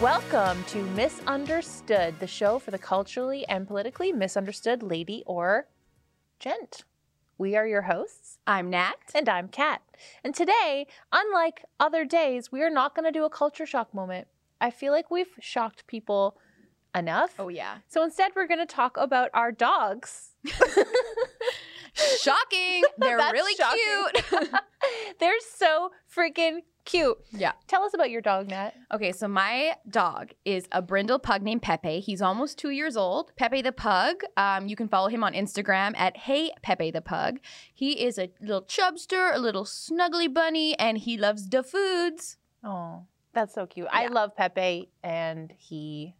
Welcome to Misunderstood, the show for the culturally and politically misunderstood lady or gent. We are your hosts, I'm Nat. and I'm Kat. And today, unlike other days, we are not going to do a culture shock moment. I feel like we've shocked people enough. Oh, yeah. So instead, we're going to talk about our dogs. Shocking. They're That's really shocking. cute. They're so freaking cute. Yeah. Tell us about your dog, Nat. okay, so my dog is a brindle pug named Pepe. He's almost two years old. Pepe the pug. Um, you can follow him on Instagram at Hey Pepe the Pug. He is a little chubster, a little snuggly bunny, and he loves the foods. Oh, that's so cute. I Yeah. love Pepe, and he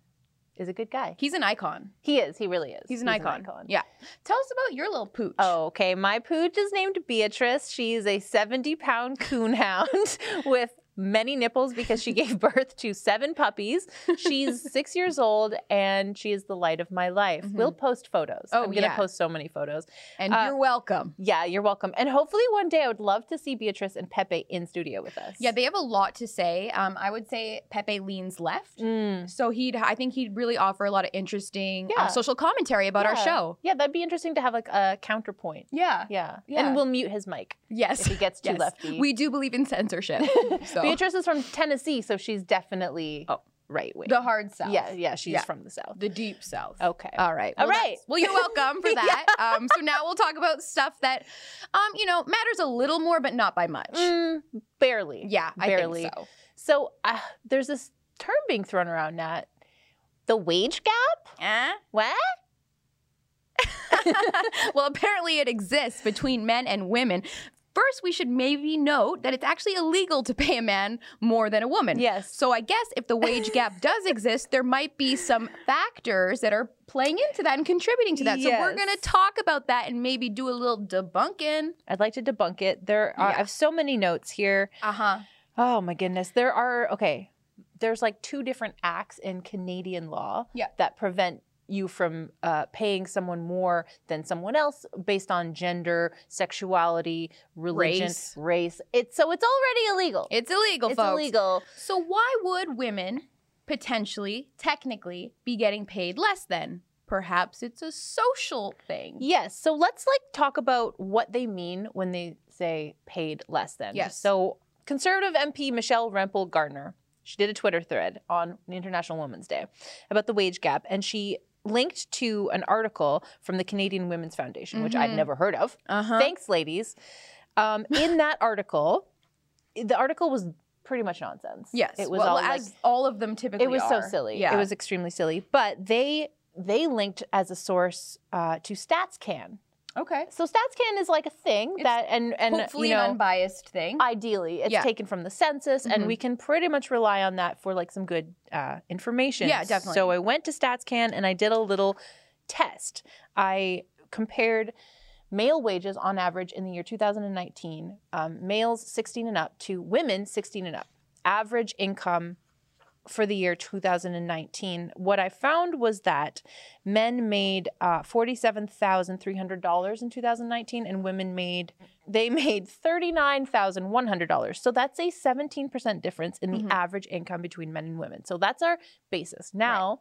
is a good guy. He's an icon. He is. He really is. He's an, icon. Yeah. Tell us about your little pooch. Oh, okay. My pooch is named Beatrice. She is a 70 pound coonhound with many nipples because she gave birth to seven puppies. She's six years old and she is the light of my life. Mhm. We'll post photos. Oh, I'm going to yeah. post so many photos. and uh, you're welcome. Yeah, you're welcome. And hopefully one day I would love to see Beatrice and Pepe in studio with us. Yeah, they have a lot to say. Um, I would say Pepe leans left. Mm. So he'd, I think he'd really offer a lot of interesting uh, Yeah. social commentary about our Yeah. show. Yeah, that'd be interesting to have like a counterpoint. Yeah. Yeah. Yeah. And we'll mute his mic if Yes. he gets too Yes. lefty. We do believe in censorship. So Beatrice is from Tennessee, so she's definitely Oh. right wing. the hard south. Yeah, yeah, she's Yeah. from the south. Uh, The deep south. Okay. All right. All Well, right. that's- Well, you're welcome for that. um, so now we'll talk about stuff that, um, you know, matters a little more, but not by much. Mm, barely. Yeah, I barely. think so. So uh, there's this term being thrown around, Nat. The wage gap? Eh? What? well, apparently it exists between men and women. First, we should maybe note that it's actually illegal to pay a man more than a woman. Yes. So I guess if the wage gap does exist, there might be some factors that are playing into that and contributing to that. So we're Yes. going to talk about that and maybe do a little debunking. I'd like to debunk it. There are, I Yeah. have so many notes here. Uh-huh. Oh my goodness. There are, okay, there's like two different acts in Canadian law Yeah. that prevent you from uh, paying someone more than someone else based on gender, sexuality, religion, Race. race. It's so it's already illegal. It's illegal, It's folks. illegal. So why would women potentially, technically, be getting paid less than? Perhaps it's a social thing. Yes. So let's like talk about what they mean when they say paid less than. Yes. So conservative MP Michelle Rempel Gardner, she did a Twitter thread on International Women's Day about the wage gap and she linked to an article from the Canadian Women's Foundation, which I'd Mhm. never heard of. Uh-huh. Thanks, ladies. Um, in that article, the article was pretty much nonsense. Yes. It was well, all like- as all of them typically it was so are. silly. Yeah. It was extremely silly. But they they linked as a source uh, to StatsCan. okay. So StatsCan is like a thing It's that and and Hopefully you know an unbiased thing. ideally it's Yeah. taken from the census and Mhm. we can pretty much rely on that for like some good uh, information. Yeah, definitely. So I went to StatsCan and I did a little test. I compared male wages on average in the year 2019, um, males 16 and up to women 16 and up. Average income for the year 2019, what I found was that men made uh, $47,300 in 2019 and women made, they made $39,100. So that's a 17% difference in the Mhm. average income between men and women. So that's our basis. Now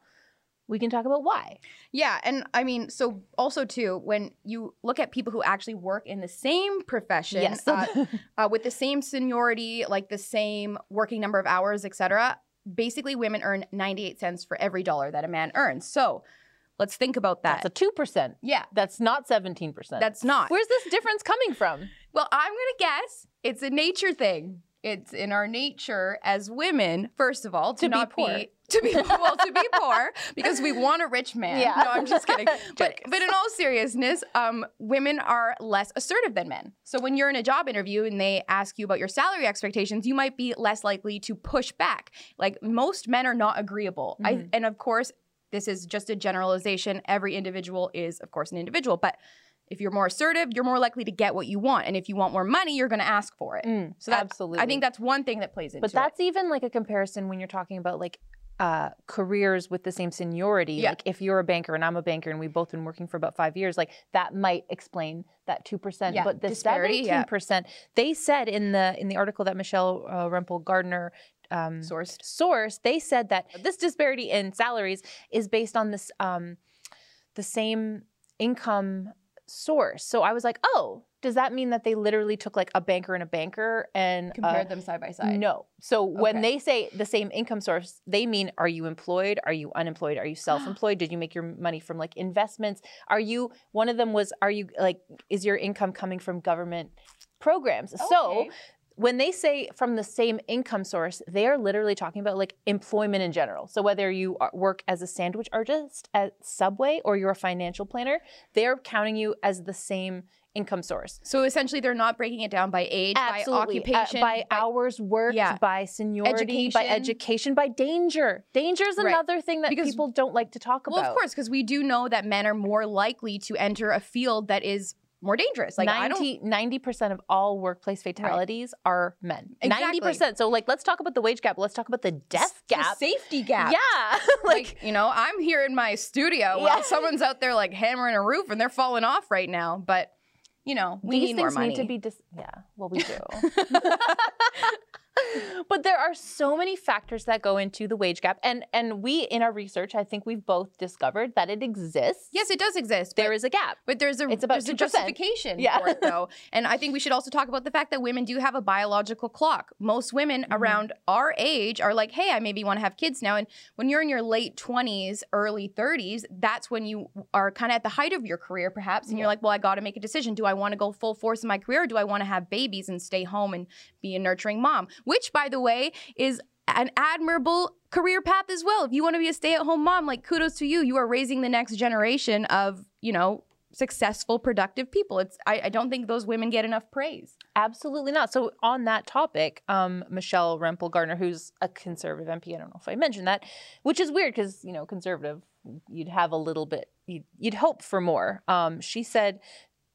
we can talk about why. Yeah, and I mean, so also too, when you look at people who actually work in the same profession, Yes. uh, uh, with the same seniority, like the same working number of hours, etc., basically women earn ninety-eight cents for every dollar that a man earns. So let's think about that. that's a 2%. yeah, That's not 17%. that's not. Where's this difference coming from? well, I'm gonna guess it's a nature thing. It's in our nature as women, first of all, to, To be not poor. to be well, to be poor because we want a rich man. Yeah. No, I'm just kidding. but Joke. but in all seriousness, um, women are less assertive than men. So when you're in a job interview and they ask you about your salary expectations, you might be less likely to push back. Like most men are not agreeable. I, Mhm. and of course, this is just a generalization. Every individual is, of course, an individual. But if you're more assertive, you're more likely to get what you want. And if you want more money, you're going to ask for it. Mm, So that- absolutely. I think that's one thing that plays into But that's even like a comparison when you're talking about like uh, careers with the same seniority. Yeah. Like if you're a banker and I'm a banker and we've both been working for about five years, like that might explain that two percent. Yeah, But the disparity, seventeen yeah. percent, they said in the in the article that Michelle uh, Rempel Gardner um, sourced. source, they said that this disparity in salaries is based on this um, the same income source. So I was like, oh, does that mean that they literally took like a banker and a banker and Compared them side by uh, side. no. So when Okay. they say the same income source, they mean are you employed? Are you unemployed? Are you self-employed? Did you make your money from like investments? Are you one of them was are you like is your income coming from government programs? So Okay. when they say from the same income source, they are literally talking about like employment in general. So whether you are- work as a sandwich artist at Subway or you're a financial planner, they're counting you as the same income source. so essentially, they're not breaking it down by age, Absolutely. Uh, by occupation, by, hours worked, Yeah. by seniority, by Education. education, by danger. Danger is Right. another thing that Because- people don't like to talk Well, about. of course, because we do know that men are more likely to enter a field that is more dangerous. Like I don't. 90, 90% of all workplace fatalities are men. Exactly. 90%. So, like, let's talk about the wage gap. Let's talk about the death The gap. safety gap. Yeah. like, Like, you know, I'm here in my studio Yeah. while someone's out there like hammering a roof and they're falling off right now. But you know, we These need more things money. need to be dis- yeah. Well, we do. but there are so many factors that go into the wage gap, and and we in our research, I think we've both discovered that it exists. yes, it does exist. but- there is a gap. But there's a It's about there's a 2%. justification Yeah. for it though, and I think we should also talk about the fact that women do have a biological clock. Most women Mm-hmm. around our age are like, "Hey, I maybe want to have kids now." And when you're in your late 20s, early 30s, that's when you are kind of at the height of your career, perhaps, and you're Yeah. like, "Well, I got to make a decision. Do I want to go full force in my career, or do I want to have babies and stay home and be a nurturing mom?" Which, by the way, is an admirable career path as well. If you want to be a stay-at-home mom, like kudos to you. You are raising the next generation of, you know, successful, productive people. It's I, I don't think those women get enough praise. Absolutely not. So on that topic, um, Michelle Rempel Gardner, who's a conservative MP, I don't know if I mentioned that, which is weird because you know conservative, you'd have a little bit, you'd, you'd hope for more. Um, she said.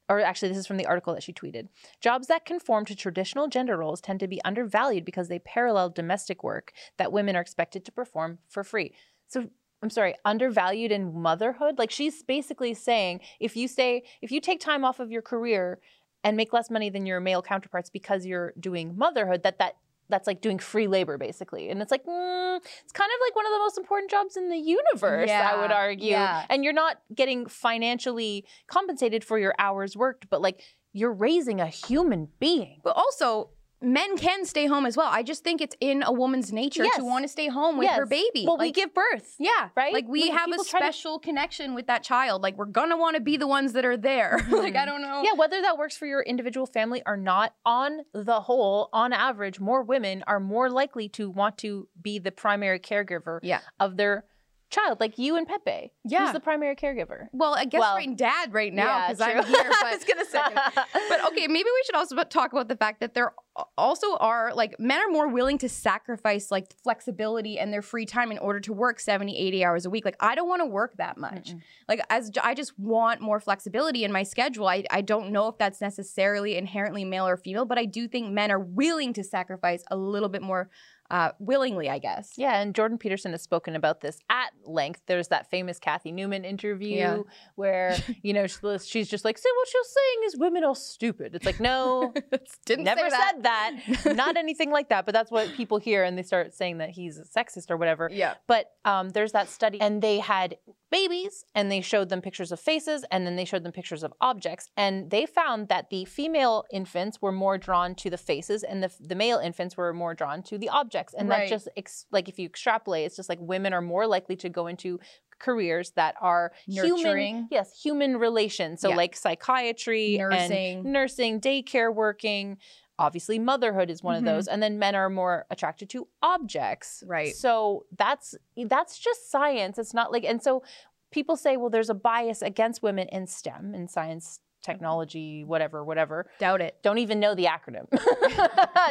Or actually, this is from the article that she tweeted. Jobs that conform to traditional gender roles tend to be undervalued because they parallel domestic work that women are expected to perform for free. So I'm sorry, undervalued in motherhood. Like she's basically saying, if you say, if you take time off of your career and make less money than your male counterparts because you're doing motherhood that that that's like doing free labor basically and it's like mm, it's kind of like one of the most important jobs in the universe i would Yeah, argue yeah. and you're not getting financially compensated for your hours worked but like you're raising a human being But also, men can stay home as well. I just think it's in a woman's nature Yes. to want to stay home with Yes. her baby. well we Like, give birth yeah, right? Like we Like, have a people try to- special connection with that child. Like we're gonna want to be the ones that are there. like I don't know. yeah whether that works for your individual family or not on the whole on average more women are more likely to want to be the primary caregiver Yeah. of their child like you and pepe Yeah. who's the primary caregiver Well, I guess Well, we're in dad right now yeah, because I'm true. here. But I was gonna say. but okay, maybe we should also b- talk about the fact that there also are like men are more willing to sacrifice like flexibility and their free time in order to work 70, 80 hours a week. Like I don't want to work that much. Like as j- I just want more flexibility in my schedule. I, I don't know if that's necessarily inherently male or female, but I do think men are willing to sacrifice a little bit more uh, willingly, I guess. Yeah, and Jordan Peterson has spoken about this at length. There's that famous Kathy Newman interview Yeah. where, you know, she- she's just like, so what she's saying is women are stupid. It's like, no, Didn't never say that. said that. Not anything like that. But that's what people hear and they start saying that he's a sexist or whatever. Yeah. But um, there's that study, and they had babies, and they showed them pictures of faces, and then they showed them pictures of objects, and they found that the female infants were more drawn to the faces, and the, the male infants were more drawn to the objects, and Right. that just ex- like if you extrapolate, it's just like women are more likely to go into careers that are Nurturing. human, yes, human relations, so Yeah. like psychiatry, and Nursing. nursing, daycare working. Obviously, motherhood is one Mhm. of those, and then men are more attracted to objects. Right. So that's that's just science. It's not like and so people say, well, there's a bias against women in STEM, in science, technology, whatever, whatever. Doubt it. Don't even know the acronym.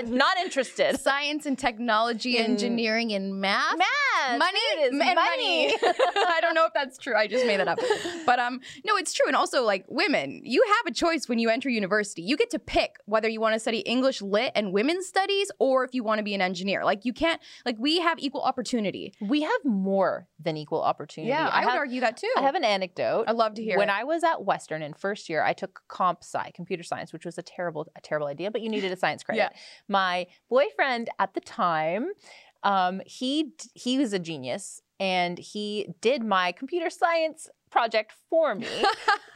not interested. Science and technology, In- engineering, and math. Math. money There it is, M- and money. I don't know if that's true. I just made that up. But um no, it's true. And also like women, you have a choice when you enter university. You get to pick whether you want to study English lit and women's studies or if you want to be an engineer. Like you can't like we have equal opportunity. we have more than equal opportunity. I, would have, argue that too. I have an anecdote. I love to hear when it. I was at Western in first year, I took comp sci, computer science, which was a terrible, a terrible idea, but you needed a science credit. My boyfriend at the time Um, he d- he was a genius, and he did my computer science project for me.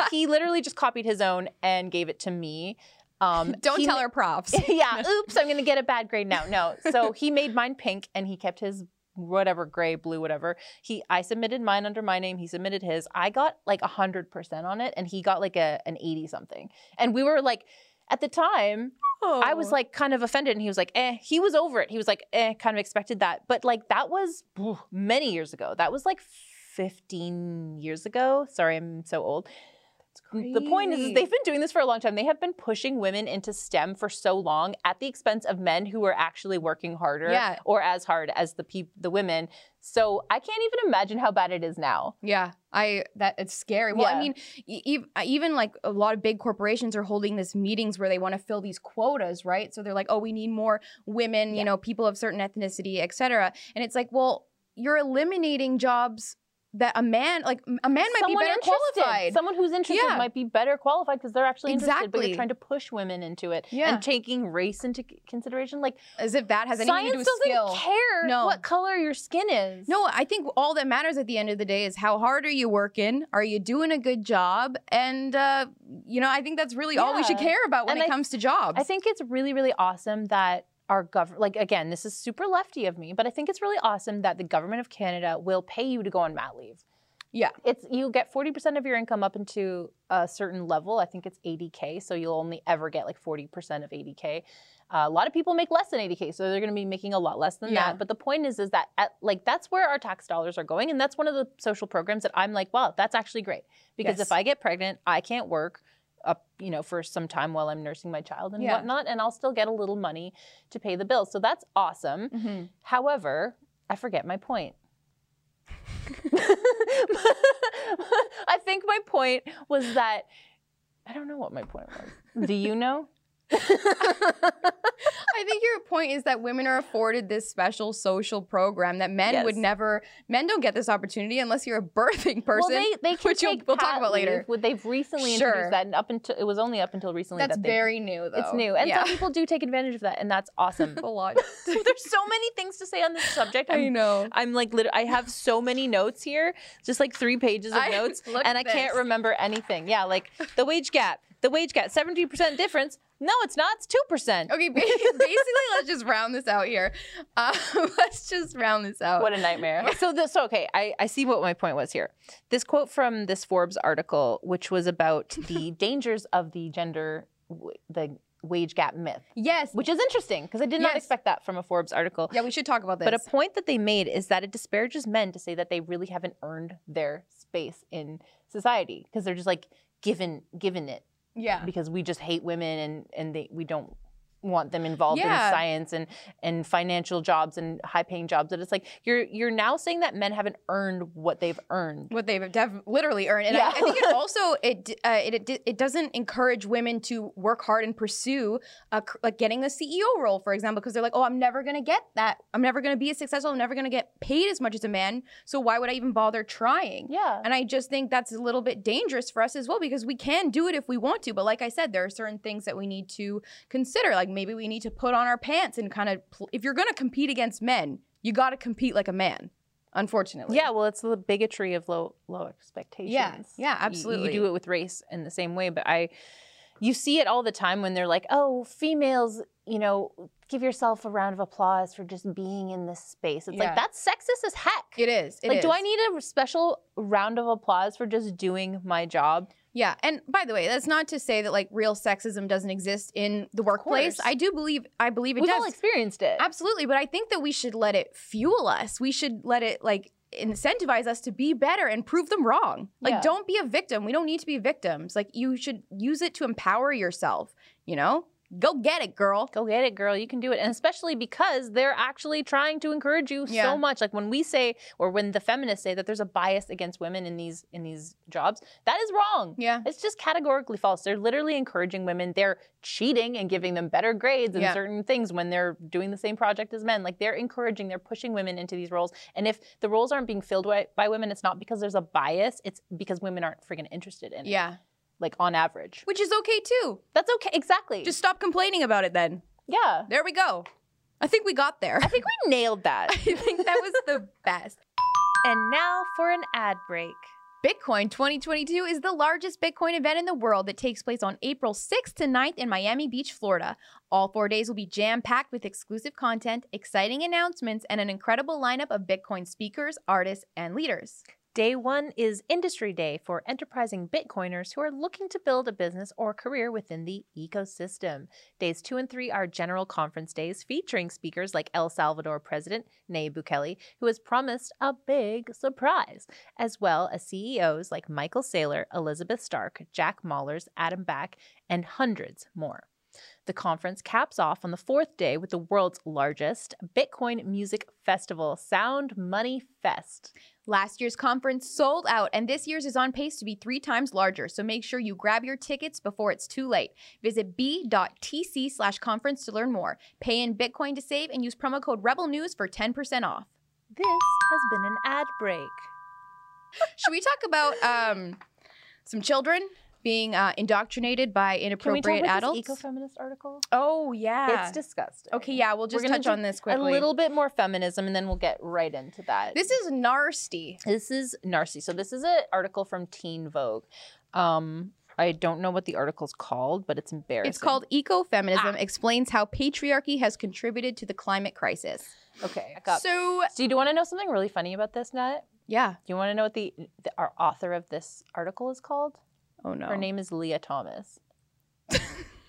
he literally just copied his own and gave it to me. Um, Don't he tell ma- her profs. yeah, oops, I'm gonna get a bad grade now. No, so he made mine pink, and he kept his whatever gray, blue, whatever. He I submitted mine under my name. He submitted his. I got like hundred percent on it, and he got like a an eighty something. And we were like, at the time, I Oh. was like kind of offended, and he was like, eh. He was over it. He was like, eh, kind of expected that, but like that was phew, many years ago. That was like fifteen years ago. Sorry, I'm so old. The point is, is, they've been doing this for a long time. They have been pushing women into STEM for so long at the expense of men who are actually working harder Yeah. or as hard as the peop- the women. So I can't even imagine how bad it is now. Yeah, I that it's scary. Well, I Yeah. mean, e- e- even like a lot of big corporations are holding this meetings where they want to fill these quotas, right? So they're like, "Oh, we need more women, Yeah. you know, people of certain ethnicity, etc." And it's like, "Well, you're eliminating jobs that a man, like m- a man might Someone be better interested, qualified." Someone who's interested Yeah. might be better qualified because they're actually interested. But Exactly. you're trying to push women into it Yeah. and taking race into c- consideration. Like As if that has anything science to do with doesn't skill. care No. what color your skin is. No, I think all that matters at the end of the day is how hard are you working? Are you doing a good job? And uh, you know, I think that's really all we should Yeah. care about when And it I- comes to jobs. I think it's really, really awesome that our government, like, again, this is super lefty of me, but I think it's really awesome that the government of Canada will pay you to go on mat leave. Yeah. It's you get 40% of your income up into a certain level. I think it's 80K. So you'll only ever get like 40% of 80K. Uh, a lot of people make less than 80K, so they're going to be making a lot less than Yeah. that. But the point is, is that at, like that's where our tax dollars are going, and that's one of the social programs that I'm like, wow, that's actually great because Yes. if I get pregnant, I can't work up, you know, for some time while I'm nursing my child and Yeah. whatnot, and I'll still get a little money to pay the bills. So that's awesome. Mhm. However, I forget my point. I think my point was that I don't know what my point was. Do you know? I think your point is that women are afforded this special social program that men Yes. would never. Men don't get this opportunity unless you're a birthing person. Well, they, they can which you'll- take we'll talk pat about leave. later. Would- They've recently Sure. introduced that, and up until it was only up until recently That's that they. very new, though. it's new, and yeah. some people do take advantage of that, and that's awesome. a lot. There's so many things to say on this subject. I I'm, know. I'm like, lit- I have so many notes here, just like three pages of I notes, looked and I can't this. remember anything. Yeah, like the wage gap, the wage gap, 17% difference. No, it's not. It's two percent. Okay, ba- basically, let's just round this out here. Um, let's just round this out. What a nightmare. so this so okay, I, I see what my point was here. This quote from this Forbes article, which was about the dangers of the gender w- the wage gap myth, yes. which is interesting because I did not Yes. expect that from a Forbes article. yeah, we should talk about this. But a point that they made is that it disparages men to say that they really haven't earned their space in society because they're just like given given it yeah. because we just hate women and and they we don't want them involved Yeah. in science and and financial jobs and high paying jobs and it's like you're you're now saying that men haven't earned what they've earned what they've def- literally earned. And I- I, Yeah. think it also it d- uh, it, it d- it doesn't encourage women to work hard and pursue a, c- like getting a CEO role, for example, because they're like, oh, I'm never gonna get that. I'm never gonna be as successful. I'm never gonna get paid as much as a man. So why would I even bother trying? yeah And I just think that's a little bit dangerous for us as well because we can do it if we want to. But like I said, there are certain things that we need to consider. Like maybe we need to put on our pants and kind of, pl- if you're going to compete against men, you got to compete like a man, unfortunately. yeah well it's the bigotry of low low expectations yeah, You- absolutely. you do it with race in the same way but i you see it all the time when they're like oh females you know give yourself a round of applause for just being in this space it's Yeah. like that's sexist as heck It is. It like do is. i need a special round of applause for just doing my job Yeah, and by the way, that's not to say that like real sexism doesn't exist in the workplace. course. I do believe I believe it We've does. all experienced it. Absolutely, but I think that we should let it fuel us. We should let it like incentivize us to be better and prove them wrong. Like Yeah. don't be a victim. We don't need to be victims. Like you should use it to empower yourself, you know? Go get it, girl. Go get it, girl. You can do it. And especially because they're actually trying to encourage you Yeah. so much. Like when we say or when the feminists say that there's a bias against women in these in these jobs, that is wrong. Yeah. It's just categorically false. They're literally encouraging women. They're cheating and giving them better grades in Yeah. certain things when they're doing the same project as men. Like they're encouraging, they're pushing women into these roles. And if the roles aren't being filled by, by women, it's not because there's a bias. It's because women aren't freaking interested in it. Yeah. Like on average. Which is okay too. That's okay. Exactly. Just stop complaining about it then. yeah. There we go. I think we got there. I think we nailed I that. think that was the best. and now for an ad break. Bitcoin 2022 is the largest Bitcoin event in the world that takes place on April 6th to 9th in Miami Beach, Florida. All four days will be jam packed with exclusive content, exciting announcements, and an incredible lineup of Bitcoin speakers, artists, and leaders. Day one is Industry Day for enterprising Bitcoiners who are looking to build a business or career within the ecosystem. Days two and three are general conference days featuring speakers like El Salvador President Nayib Bukele, who has promised a big surprise, as well as CEOs like Michael Saylor, Elizabeth Stark, Jack Mahlers, Adam Back, and hundreds more. The conference caps off on the fourth day with the world's largest Bitcoin music festival, Sound Money Fest. Last year's conference sold out, and this year's is on pace to be three times larger, so make sure you grab your tickets before it's too late. Visit b.tc slash conference to learn more. Pay in Bitcoin to save and use promo code REBELNEWS for 10% off. This has been an ad break. Should we talk about um, some children being uh, indoctrinated by Can we inappropriate talk about adults? this eco-feminist article? oh yeah. It's disgusting. okay, yeah. We'll just gonna touch do on this A quickly. little bit more feminism, and then we'll get right into that. This is nasty. this is Narcy. So this is an article from Teen Vogue. Um, I don't know what the article's called, but it's embarrassing. It's called Ah. Ecofeminism Explains How Patriarchy Has Contributed to the Climate Crisis. Okay. I got- So, so you do want to know something really funny about this, Nat? yeah. Do you want to know what the, the our author of this article is called? Oh, no. Her name is Leah Thomas.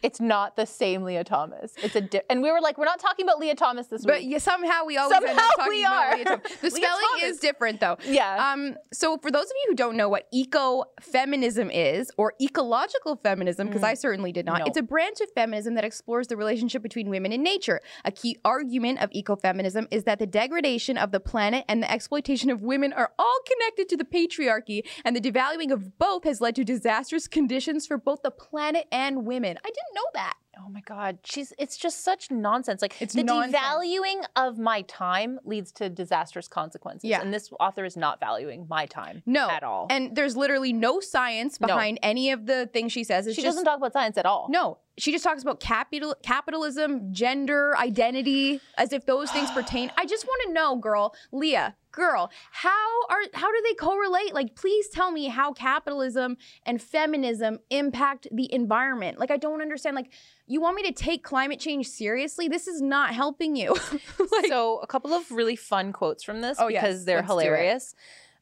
it's not the same Leah Thomas. It's a di- and we were like, we're not talking about Leah Thomas this But week. yeah, somehow we always end Somehow up talking we about are. Leah Thomas. The Leah spelling Thomas. is different though. yeah. Um, so for those of you who don't know what ecofeminism is or ecological feminism, because Mm. I certainly did not, No. it's a branch of feminism that explores the relationship between women and nature. A key argument of ecofeminism is that the degradation of the planet and the exploitation of women are all connected to the patriarchy, and the devaluing of both has led to disastrous conditions for both the planet and women. I didn't know that. Oh my God, she's it's just such nonsense. Like It's the nonsense. devaluing of my time leads to disastrous consequences. Yeah. And this author is not valuing my time No. at all. And there's literally no science No. behind any of the things she says. It's she just doesn't talk about science at all. No, she just talks about capital capitalism, gender, identity, as if those things pertain. I just want to know, girl, Leah, girl, how are how do they correlate? Like, please tell me how capitalism and feminism impact the environment. Like, I don't understand. Like, you want me to take climate change seriously? This is not helping you. like, so a couple of really fun quotes from this Oh, yes. because they're Let's do it. hilarious.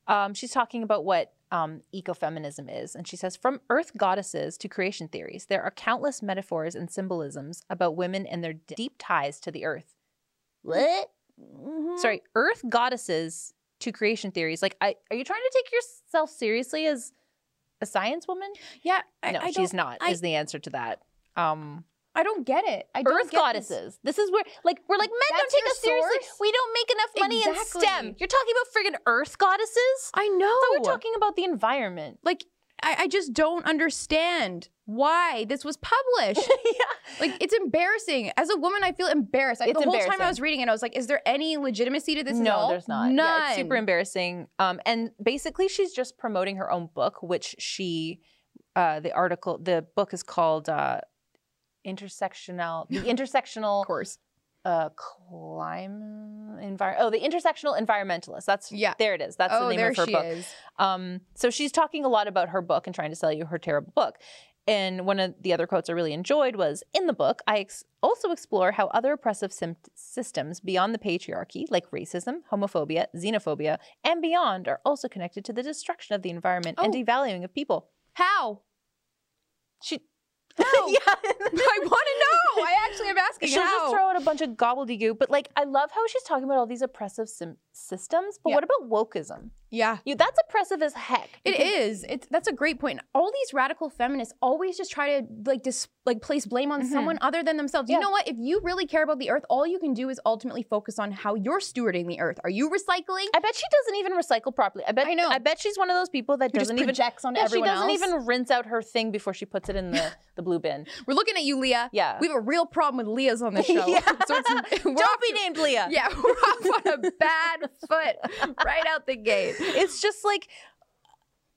Um, she's talking about what um, ecofeminism is, and she says, "From Earth goddesses to creation theories, there are countless metaphors and symbolisms about women and their deep ties to the earth." What? mhm. sorry, Earth goddesses to creation theories. Like, I, are you trying to take yourself seriously as a science woman? Yeah, I, no, I she's don't, not. I- is the answer to that? Um, I don't get it. I don't Earth get this. goddesses. This. is where, like, we're like men That's don't take your us seriously. source? We don't make enough money Exactly. Oh, in STEM. You're talking about friggin' Earth goddesses. Oh. I know. I thought we were talking about the environment. like I, I just don't understand why this was published. yeah. like it's embarrassing. As a woman, I feel embarrassed. I- It's the whole time I embarrassing. was reading it, I was like, "Is there any legitimacy to this?" no, at all? there's not. None. Yeah, it's super embarrassing. Um, and basically, she's just promoting her own book, which she, uh, the article, the book is called uh, "Intersectional," the intersectional of course. uh, climate environment. Oh, the intersectional environmentalist. That's Yeah. There it is. That's oh, the name there of her she book. is. Um, so she's talking a lot about her book and trying to sell you her terrible book. And one of the other quotes I really enjoyed was In the book, I ex- also explore how other oppressive sym- systems beyond the patriarchy, like racism, homophobia, xenophobia, and beyond, are also connected to the destruction of the environment and Oh. devaluing of people. How? She, How? yeah. I want to know. I actually am asking She'll how. just throw out a bunch of gobbledygook, but like I love how she's talking about all these oppressive sym- systems. But Yeah. what about wokeism? yeah. You, that's oppressive as heck. It because- is. It's that's a great point. All these radical feminists always just try to like dis like place blame on Mhm. someone other than themselves. You Yeah. know what? If you really care about the earth, all you can do is ultimately focus on how you're stewarding the earth. Are you recycling? I bet she doesn't even recycle properly. I bet I know. I bet she's one of those people that Who doesn't just even projects on yeah, she everyone doesn't else. even rinse out her thing before she puts it in the, the blue bin. We're looking at you, Leah. Yeah. We have a real problem with Leah's on this show. Yeah. So it's, we're off- Don't be named Leah. Yeah, we're off on a bad foot right out the gate. It's just like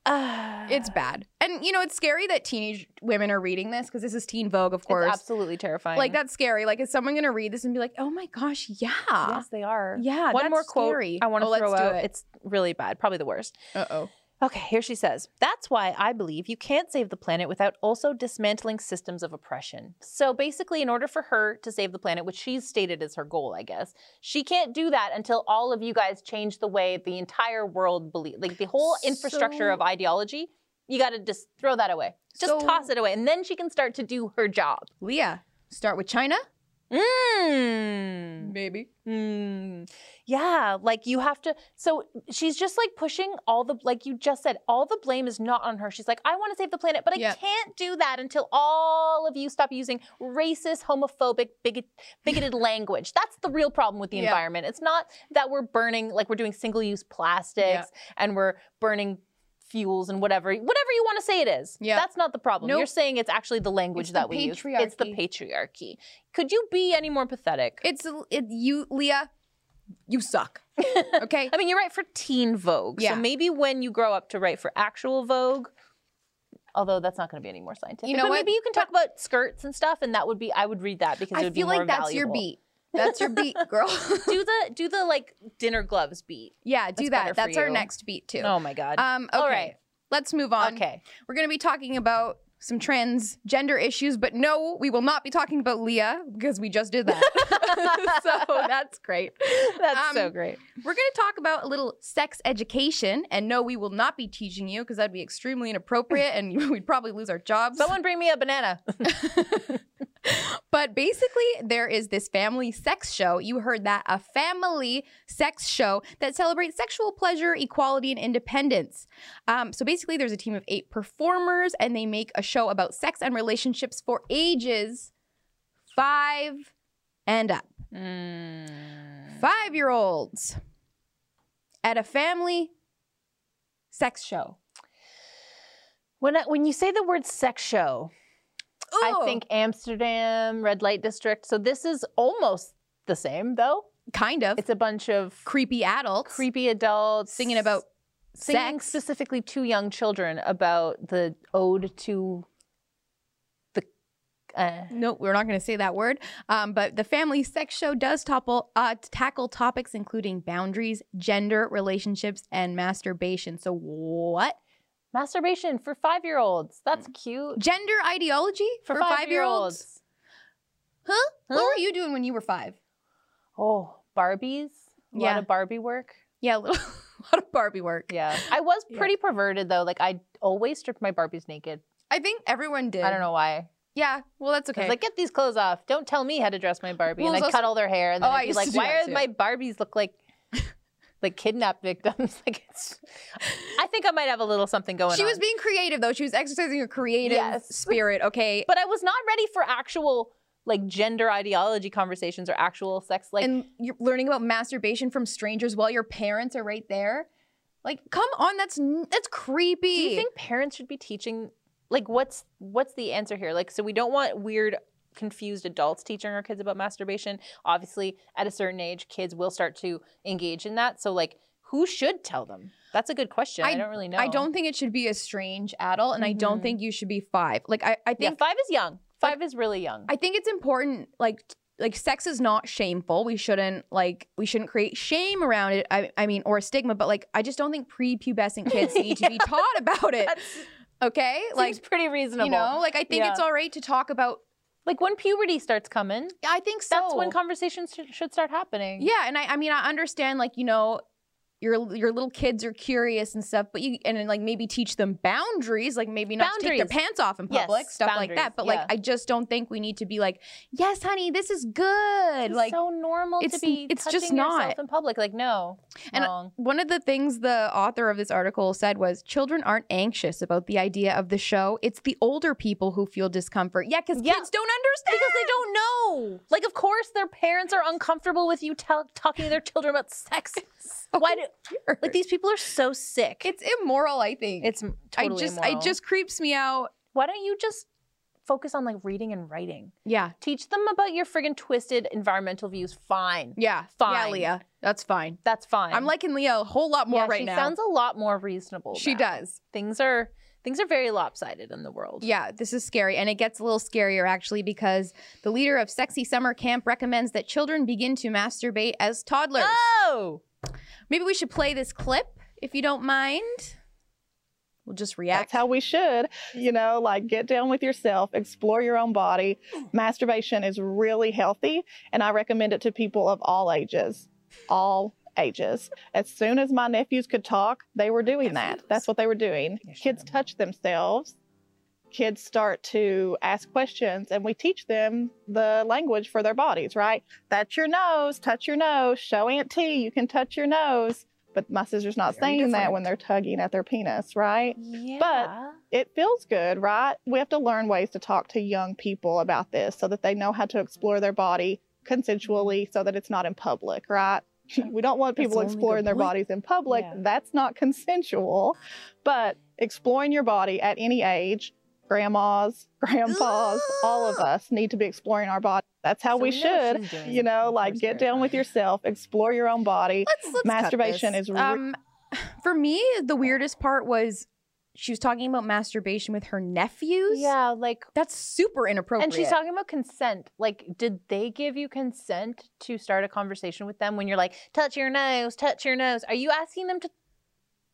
Ah. It's bad. And you know, it's scary that teenage women are reading this because this is Teen Vogue, of It's course. absolutely terrifying. like that's scary. Like, is someone gonna read this and be like, "Oh my gosh, yeah, Yes, they are. yeah"? One that's more quote scary. I want to oh, throw let's out. Do it. It's really bad, probably the worst. Uh oh. Okay, here she says, That's why I believe you can't save the planet without also dismantling systems of oppression. So basically, in order for her to save the planet, which she's stated as her goal, I guess, she can't do that until all of you guys change the way the entire world believes. Like the whole infrastructure So- of ideology, you gotta just throw that away. Just So- toss it away. And then she can start to do her job. Leah, start with China, Mmm. maybe. Mm, yeah, like you have to. So she's just like pushing all the, like you just said, all the blame is not on her. She's like, I want to save the planet, but I Yep. can't do that until all of you stop using racist, homophobic, bigot, bigoted language. That's the real problem with the Yeah. environment. It's not that we're burning, like we're doing single use plastics Yeah. and we're burning fuels and whatever, whatever you want to say it is. Yeah. That's not the problem. Nope. You're saying it's actually the language It's the that we use. It's the patriarchy. Could you be any more pathetic? It's it, you, Leah. You suck. Okay. I mean, you write for Teen Vogue, Yeah. so maybe when you grow up to write for actual Vogue, although that's not going to be any more scientific. You know but what? maybe you can talk about skirts and stuff, and that would be I would read that because it I would feel be more like that's your valuable. beat. That's your beat, girl. Do the do the like dinner gloves beat. yeah, That's better do that. for That's our you. next beat too. Oh my god. Um, Um. Okay. All right. Let's move on. okay. We're going to be talking about some transgender issues, but no, we will not be talking about Leah because we just did that. Oh, so that's great. That's Um, so great. We're going to talk about a little sex education, and no, we will not be teaching you because that'd be extremely inappropriate and we'd probably lose our jobs. Someone bring me a banana. But basically, there is this family sex show. You heard that a family sex show that celebrates sexual pleasure, equality, and independence. Um, so basically, there's a team of eight performers, and they make a show about sex and relationships for ages five and up. Five year olds at a family sex show. When I, when you say the word sex show, I Ooh, think Amsterdam, red light district. So this is almost the same though. kind of It's a bunch of creepy adults creepy adults singing about singing sex. specifically to young children about the ode to the uh, No, we're not going to say that word. Um, but the family sex show does topple, uh, tackle topics including boundaries, gender, relationships, and masturbation. So what? masturbation for five year olds. That's cute Gender ideology for, five-year-olds? Huh? What Huh? were you doing when you were five? Oh, Barbies. A lot Yeah. of Barbie work. Yeah, a little, a lot of Barbie work. Yeah, I was Yeah. pretty perverted though. Like I always stripped my Barbies naked. I think everyone did. I don't know why. Yeah. Well, that's I was okay. like, get these clothes off. Don't tell me how to dress my Barbie. Well, and it's I cut also- all their hair, and then Oh, I I'd be used like, to do why that are too. my Barbies look like like kidnapped victims? like it's. I think I might have a little something going she on. was being creative though. She was exercising her creative Yes. spirit. Okay. but I was not ready for actual like gender ideology conversations or actual sex. Like and you're learning about masturbation from strangers while your parents are right there. Like, come on, that's n- that's creepy. Do you think parents should be teaching? Like, what's what's the answer here? Like, so we don't want weird, confused adults teaching our kids about masturbation. Obviously, at a certain age, kids will start to engage in that. So, like, who should tell them? That's a good question. I, I- don't really know. I don't think it should be a strange adult, and I Mhm. don't think you should be five. Like, I, I Yeah, think five is young. Five is really young. I think it's important. Like, t- like sex is not shameful. We shouldn't like we shouldn't create shame around it. I, I mean, or stigma. But like, I just don't think prepubescent kids need to be taught about it. Okay, like, like Seems pretty reasonable. you know, like I think Yeah. it's all right to talk about. like when puberty starts coming, I think so. that's when conversations should, should start happening. Yeah, and I, I mean, I understand like you know, your your little kids are curious and stuff, but you and then, like maybe teach them boundaries, like maybe not to take their Boundaries. pants off in Yes, public, stuff like that. boundaries, But yeah. like, I just don't think we need to be like, yes, honey, this is good. It's like so normal to it's- be it's just touching yourself not. in public. Like, no, And I- wrong. one of the things the author of this article said was children aren't anxious about the idea of the show. It's the older people who feel discomfort. Yeah, because Yeah. kids don't understand. because they don't know. Like, of course, their parents are uncomfortable with you tell talking to their children about sex. Why do like these people are so sick? It's immoral, I think. it's totally I just immoral. it just creeps me out. why don't you just focus on like reading and writing. Yeah. Teach them about your friggin' twisted environmental views. Fine. Yeah. Yeah, Fine. Leah. That's fine. That's fine. I'm liking Leah a whole lot more yeah, right she now. sounds a lot more reasonable. she now. does. Things are things are very lopsided in the world. Yeah, this is scary. And it gets a little scarier actually because the leader of Sexy Summer Camp recommends that children begin to masturbate as toddlers. Oh, Maybe we should play this clip if you don't mind. We'll just react. That's how we should, you know, like get down with yourself, explore your own body. Masturbation is really healthy, and I recommend it to people of all ages. All ages. As soon as my nephews could talk, they were doing that. That's what they were doing. Kids touch themselves. Kids start to ask questions, and we teach them the language for their bodies, right? That's your nose, touch your nose, show Aunt T, you can touch your nose. But my sister's not Very saying that different. when they're tugging at their penis, right? yeah. it feels good, right? We have to learn ways to talk to young people about this so that they know how to explore their body consensually so that it's not in public, right? we don't want That's people only the exploring their point. bodies in public. Yeah. That's not consensual. But exploring your body at any age, grandmas, grandpas, all of Ugh. us need to be exploring our body. That's how So we know what should, she's doing you know, in like her get spare down with time. yourself, explore your own body. let's, let's cut Masturbation this. is re- um for me the weirdest part was she was talking about masturbation with her nephews. Yeah, like That's super inappropriate. and she's talking about consent. Like, did they give you consent to start a conversation with them when you're like, touch your nose, touch your nose? Are you asking them to,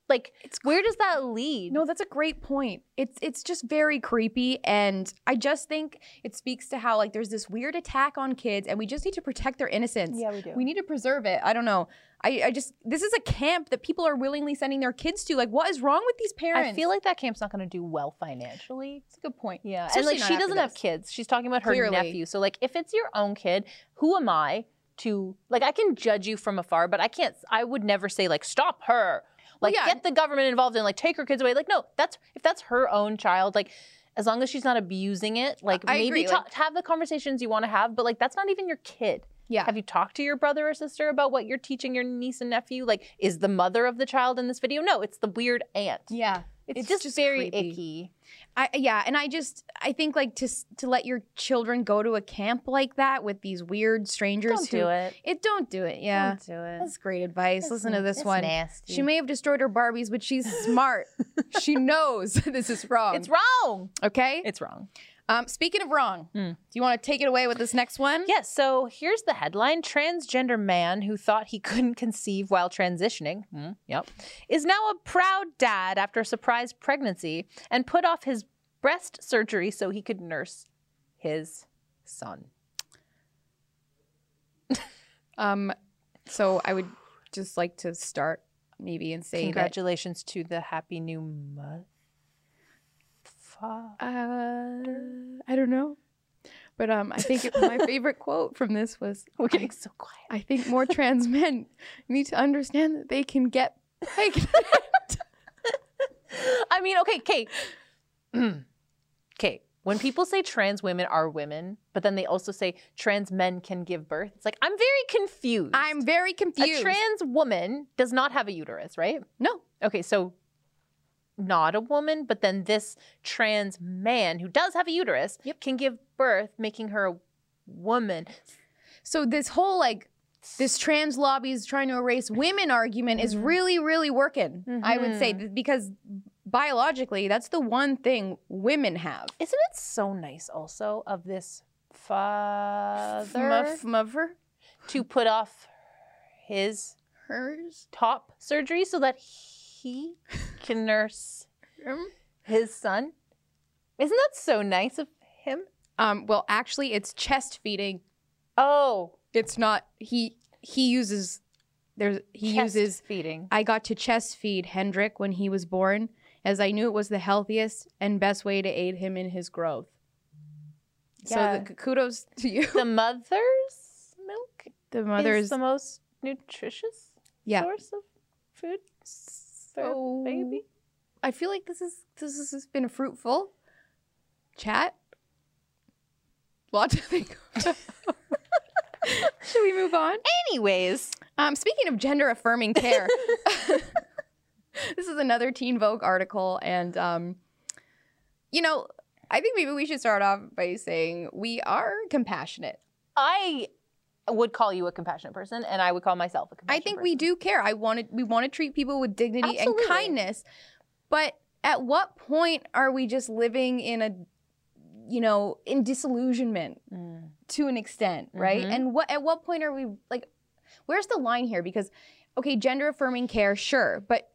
like, It's where does that lead? No, that's a great point. It's it's just very creepy and I just think it speaks to how like there's this weird attack on kids and we just need to protect their innocence. we do. We need to preserve it. I don't know. I, I just this is a camp that people are willingly sending their kids to. Like what is wrong with these parents? I feel like that camp's not going to do well financially. it's a good point. Yeah, Especially and not like she after doesn't have this. kids. She's talking about her Clearly. nephew. So like, if it's your own kid, who am I to like? I can judge you from afar, but I can't. I would never say like, stop her. Well, Like, yeah. get the government involved and like take her kids away. Like, no, that's if that's her own child. Like, as long as she's not abusing it, like I maybe agree, ta- like- have the conversations you want to have. But like, that's not even your kid. Yeah. Have you talked to your brother or sister about what you're teaching your niece and nephew? Like, is the mother of the child in this video? No, it's the weird aunt. yeah. It's, It's just, just very creepy. icky. I yeah, and I just I think like to s- to let your children go to a camp like that with these weird strangers Don't who do it. it don't do it. Yeah. Don't do it. That's great advice. It's Listen to n- this Mm. it's one. Nasty. She may have destroyed her Barbies, but she's smart. she knows this is wrong. It's wrong. Okay. Um, It's wrong. Um, speaking of wrong, Mm. do you want to take it away with this next one? Yes. So here's the headline: Transgender man who thought he couldn't conceive while transitioning, mm, yep, is now a proud dad after a surprise pregnancy and put off his breast surgery so he could nurse his son. Um, so I would just like to start maybe and say that. Congratulations to the happy new mother. Uh, I don't know, but um, I think it, my favorite quote from this was, We're getting so quiet. "I think more trans men need to understand that they can get pregnant." I mean, okay, Kate. Kate, when people say trans women are women, but then they also say trans men can give birth, it's like, I'm very confused. I'm very A confused. trans woman does not have a uterus, right? no, Okay, so not a woman, but then this trans man who does have a uterus Yep. can give birth, making her a woman. So this whole like this trans lobby is trying to erase women argument Mm-hmm. is really really working. I would say th- because biologically that's the one thing women have. Isn't it so nice also of this father Muff, muffer, to put off his hers, top surgery so that he can nurse Mm-hmm. him. his son. Isn't that so nice of him? Um, well, actually, it's chest feeding. Oh, It's not he. He uses there's he chest uses. feeding. I got to chest feed Hendrik when he was born, as I knew it was the healthiest and best way to aid him in his growth. Yeah. So the, kudos to you. The mother's milk The mother is, is the most nutritious yeah. source of food for a So, baby. I feel like this is this has been a fruitful chat. Lot to think. of. Should we move on? Anyways, Um, speaking of gender affirming care, this is another Teen Vogue article, and um, you know, I think maybe we should start off by saying we are compassionate. I would call you a compassionate person, and I would call myself a I compassionate think we do care. I wanted we want to treat people with dignity Absolutely. and kindness. But at what point are we just living in a you know, in disillusionment we. Mm. to an extent, right? Mhm. And what at what point are we like where's the line here because okay, gender affirming care sure, but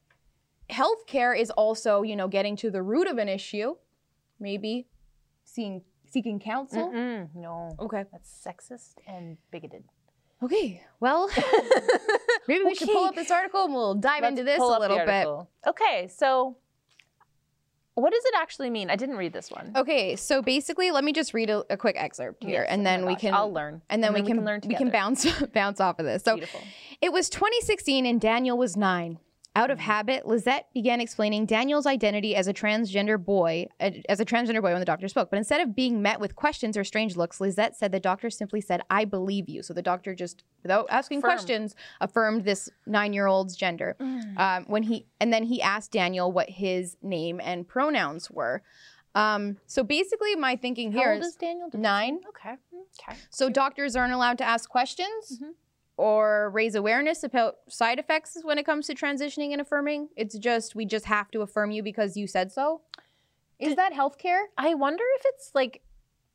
healthcare is also, you know, getting to the root of an issue, maybe seeing seeking counsel. Mm-mm, no, Okay. that's sexist and bigoted. Okay. Well, maybe we should Okay. pull up this article and we'll dive Let's into this a pull up the little bit. article. Okay, so what does it actually mean? I didn't read this one. Okay, so basically, let me just read a, a quick excerpt here, Yes, oh and my then we gosh, can. I'll learn, And then, we, can, learn we together. can bounce bounce off of this. So Beautiful. it was 2016, and Daniel was nine. Out Mm-hmm. of habit, Lizette began explaining Daniel's identity as a transgender boy, as a transgender boy when the doctor spoke. But instead of being met with questions or strange looks, Lizette said the doctor simply said, "I believe you." So the doctor just, without asking Affirmed. questions, affirmed this nine-year-old's gender um, when he and then he asked Daniel what his name and pronouns were. Um, so basically, my thinking How here old is is Daniel? Did- nine. Okay. Okay. So doctors aren't allowed to ask questions Mhm. or raise awareness about side effects when it comes to transitioning and affirming. It's just we just have to affirm you because you said so. Is Did- that healthcare? I wonder if it's like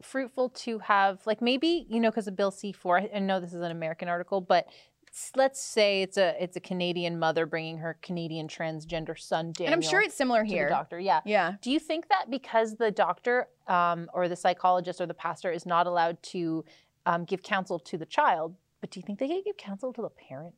fruitful to have like maybe you know because of Bill C four. I I know this is an American article, but s- let's say it's a it's a Canadian mother bringing her Canadian transgender son Daniel. and I'm sure it's similar to here. the doctor. Yeah. Yeah. Do you think that because the doctor um, or the psychologist or the pastor is not allowed to um, give counsel to the child, but do you think they can give counsel to the parent?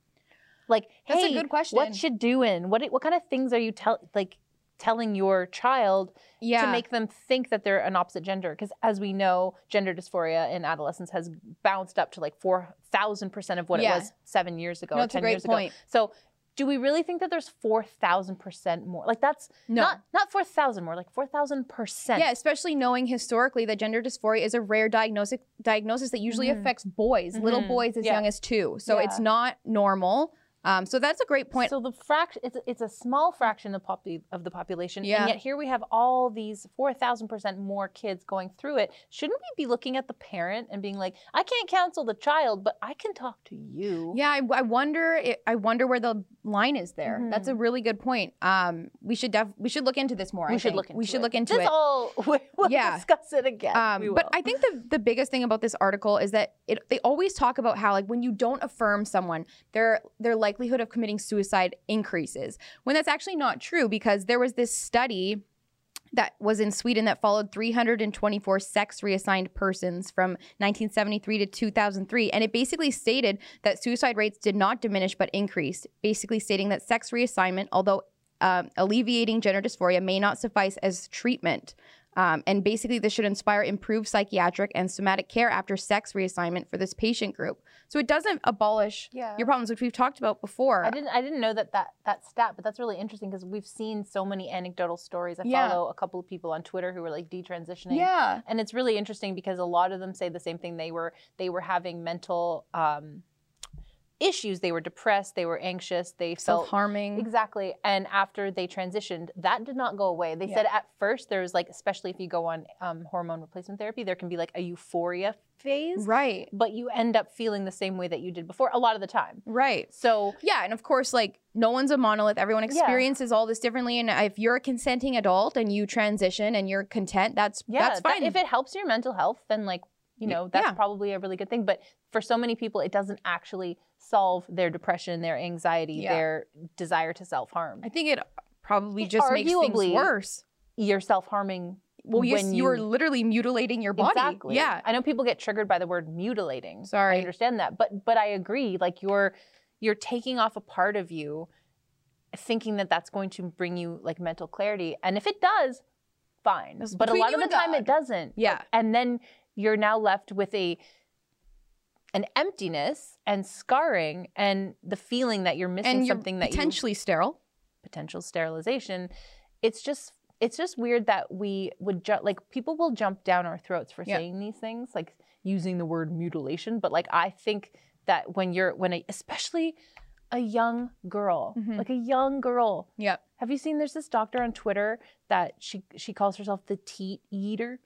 Like, That's a hey, good question. What you doing? What what kind of things are you tell like telling your child Yeah. to make them think that they're an opposite gender? Because as we know, gender dysphoria in adolescence has bounced up to like four thousand percent of what Yeah. it was seven years ago no, or it's a ten great years point. ago. So. Do we really think that there's four thousand percent more? Like that's No. not not four thousand more, like four thousand percent. Yeah, especially knowing historically that gender dysphoria is a rare diagnosis diagnosis that usually Mhm. affects boys, little Mhm. boys as Yeah. young as two. So it's Yeah. not normal. Um, so that's a great point. So the fraction it's, it's a small fraction of, pop- of the population, Yeah. and yet here we have all these four thousand percent more kids going through it. Shouldn't we be looking at the parent and being like, I can't counsel the child, but I can talk to you. yeah, I, I wonder. It, I wonder where the line is there. That's a really good point. Um, we should def- we should look into this more. Mm-hmm. we I should think. look into we should it. look into this it. all. We'll Yeah. discuss it again. Um, we but will. I think the the biggest thing about this article is that it they always talk about how like when you don't affirm someone, their their likelihood of committing suicide increases. When that's actually not true because there was this study that was in Sweden that followed 324 sex reassigned persons from 1973 to 2003 and it basically stated that suicide rates did not diminish but increased, basically stating that sex reassignment although um, alleviating gender dysphoria may not suffice as treatment. Um, and basically, this should inspire improved psychiatric and somatic care after sex reassignment for this patient group. So it doesn't abolish Yeah. your problems, which we've talked about before. I didn't I didn't know that that, that stat, but that's really interesting because we've seen so many anecdotal stories. I Yeah. follow a couple of people on Twitter who were like detransitioning. yeah. and it's really interesting because a lot of them say the same thing they were they were having mental um, issues they were depressed they were anxious they Self felt harming. exactly and after they transitioned that did not go away they Yeah. said at first there was like especially if you go on um, hormone replacement therapy there can be like a euphoria phase Right. but you end up feeling the same way that you did before a lot of the time Right. so Yeah. And of course, like, no one's a monolith. Everyone Yeah. experiences all this differently. And if you're a consenting adult and you transition and you're content, that's, yeah that's that- fine. if it helps your mental health then like you Y- know that's yeah. probably a really good thing but for so many people it doesn't actually solve their depression their anxiety Yeah. their desire to self-harm I think it probably It just makes things arguably- worse. you're self-harming Well, yes, when you, are you- literally mutilating your body. exactly Yeah. i know people get triggered by the word mutilating Sorry. i understand that but but i agree like you're you're taking off a part of you thinking that that's going to bring you like mental clarity and if it does fine That's but a between lot you of the and time God. it doesn't Yeah. and then you're now left with a an emptiness and scarring and the feeling that you're missing And you're something that you potentially sterile. potential sterilization it's just it's just weird that we would ju- like people will jump down our throats for Yeah. saying these things like using the word mutilation but like i think that when you're when a, especially a young girl Mhm. like a young girl Yeah. have you seen there's this doctor on Twitter that she she calls herself the teat eater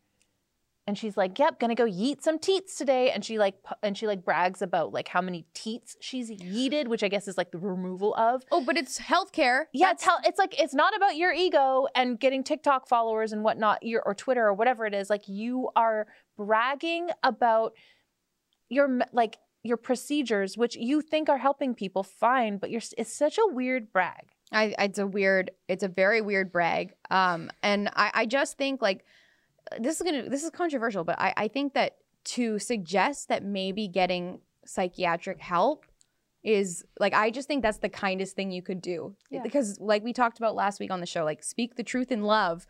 and she's like, "Yep, gonna go yeet some teats today." And she like pu- and she like brags about like how many teats she's yeeted, which I guess is like the removal of. Oh, but it's healthcare. Yeah, it's, how, it's like it's not about your ego and getting TikTok followers and whatnot, your or Twitter or whatever it is. Like you are bragging about your m- like your procedures, which you think are helping people. Fine, but you're s- it's such a weird brag. I, it's a weird, it's a very weird brag. Um, and I, I just think like this is gonna, this is controversial, but I, I think that to suggest that maybe getting psychiatric help is like I just think that's the kindest thing you could do Yeah. because like we talked about last week on the show, like speak the truth in love,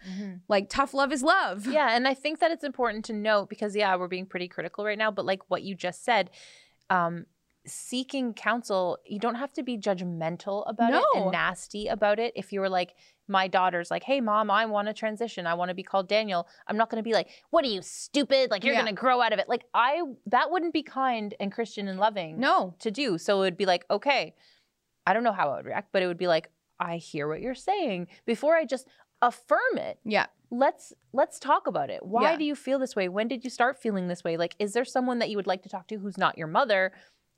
like tough love is love. yeah and i think that it's important to note because yeah we're being pretty critical right now but like what you just said um seeking counsel you don't have to be judgmental about it No. and nasty about it if you were like my daughter's like hey mom i want to transition i want to be called daniel i'm not going to be like what are you stupid like you're Yeah. going to grow out of it like i that wouldn't be kind and christian and loving No, to do. So it would be like, okay, I don't know how I would react, but it would be like, I hear what you're saying. Before I just affirm it. Yeah. Let's let's talk about it. Why Yeah. do you feel this way? When did you start feeling this way? Like, is there someone that you would like to talk to who's not your mother?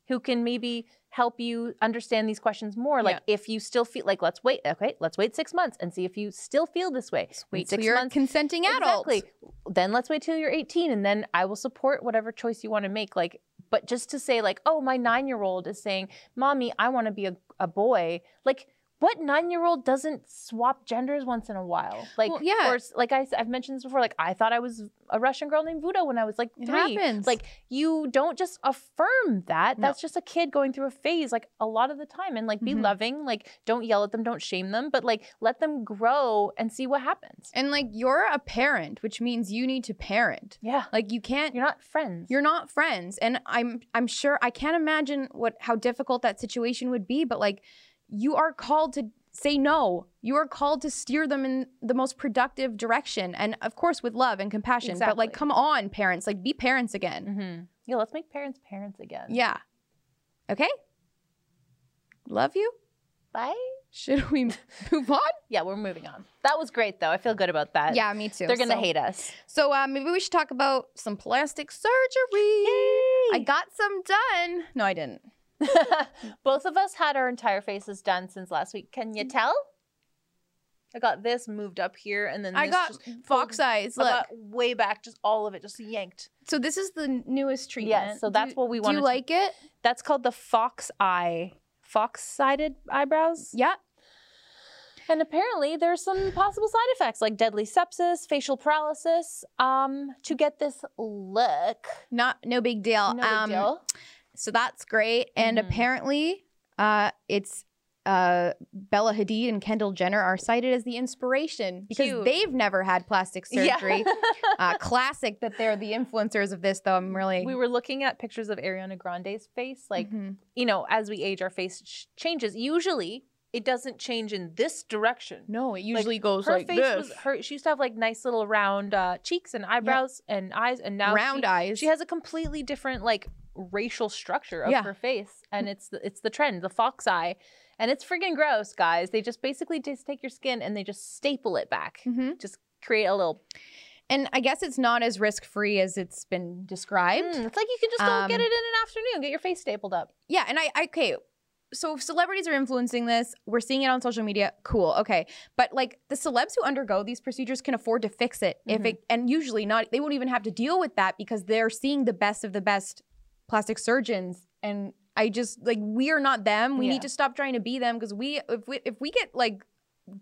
Who can maybe help you understand these questions more? Like, if you still feel like, let's wait, okay, let's wait six months and see if you still feel this way. wait till six you're a months. consenting adult. Exactly. Then let's wait till you're 18 and then I will support whatever choice you want to make. Like, but just to say, like, oh, my nine year old is saying, Mommy, I want to be a, a boy. Like, what nine year old doesn't swap genders once in a while? Like, Well, yeah. Or, s- like I, have mentioned this before, like, I thought I was a Russian girl named Vuda when I was like It three. happens. Like, you don't just affirm that. No. That's just a kid going through a phase, like, a lot of the time. And, like, be Mhm. loving. Like, don't yell at them, don't shame them, but, like, let them grow and see what happens. and like you're a parent, which means you need to parent. Yeah. Like you can't You're not friends. You're not friends. And I'm I'm sure I can't imagine what how difficult that situation would be, but like you are called to say no. You are called to steer them in the most productive direction and of course with love and compassion. But like Exactly. come on, parents, like be parents again. Mm-hmm. Yeah, let's make parents parents again. Yeah. Okay? Love you? Bye. Should we move on? Yeah, we're moving on. That was great though. I feel good about that. Yeah, me too. Uh, They're gonna So- hate us. So uh, maybe we should talk about some plastic surgery. I got some done. No, I didn't. Both of us had our entire faces done since last week. Can Mm. you tell? I got this moved up here, and then I this got just fox eyes. I Look. got way back, just all of it, just yanked. So this is the newest treatment. Yes, so that's do, what we Do wanted you to- like it? That's called the fox eye, fox-sided eyebrows. Yeah. And apparently, there's some possible side effects like deadly sepsis, facial paralysis. Um, to get this look, Not no big deal. Um, no big deal. So that's great. And Mhm. apparently, uh, it's uh, Bella Hadid and Kendall Jenner are cited as the inspiration because Cute. they've never had plastic Yeah. surgery. uh, classic that they're the influencers of this, though. I'm really. we were looking at pictures of Ariana Grande's face. Like, Mhm. you know, as we age, our face ch- changes. Usually, it doesn't change in this direction. no, it usually goes her like face this. was her. She used to have like nice little round uh, cheeks and eyebrows and eyes, and now round she, eyes. she has a completely different like racial structure of Yeah. her face, and it's the, it's the trend, the fox eye, and it's freaking gross, guys. They just basically just take your skin and they just staple it back, Mhm. just create a little. And I guess it's not as risk free as it's been described. Mm, it's like you can just go get it in Um, an afternoon, get your face stapled up. Yeah, and I, I okay. So if celebrities are influencing this, we're seeing it on social media. Cool, okay. But like the celebs who undergo these procedures can afford to fix it Mm-hmm. if it, and usually not. They won't even have to deal with that because they're seeing the best of the best plastic surgeons. And I just like we are not them. We Yeah. need to stop trying to be them because we if we if we get like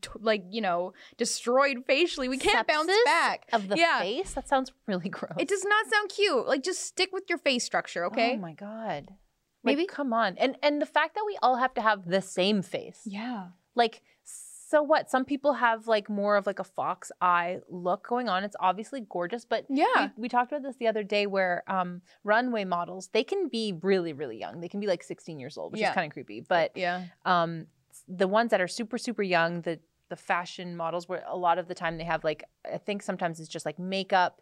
t- like you know destroyed facially, we can't bounce Sepsis? back. Of the Yeah. face, that sounds really gross. It does not sound cute. Like just stick with your face structure, okay? Oh my god. Maybe Maybe- come on. And and the fact that we all have to have the same face. yeah. Like so what? Some people have like more of like a fox eye look going on. It's obviously gorgeous, but Yeah. we, we talked about this the other day where um runway models, they can be really really young. They can be like 16 years old, which Yeah. is kind of creepy, but Yeah. um, the ones that are super super young the the fashion models where a lot of the time they have like i think sometimes it's just like makeup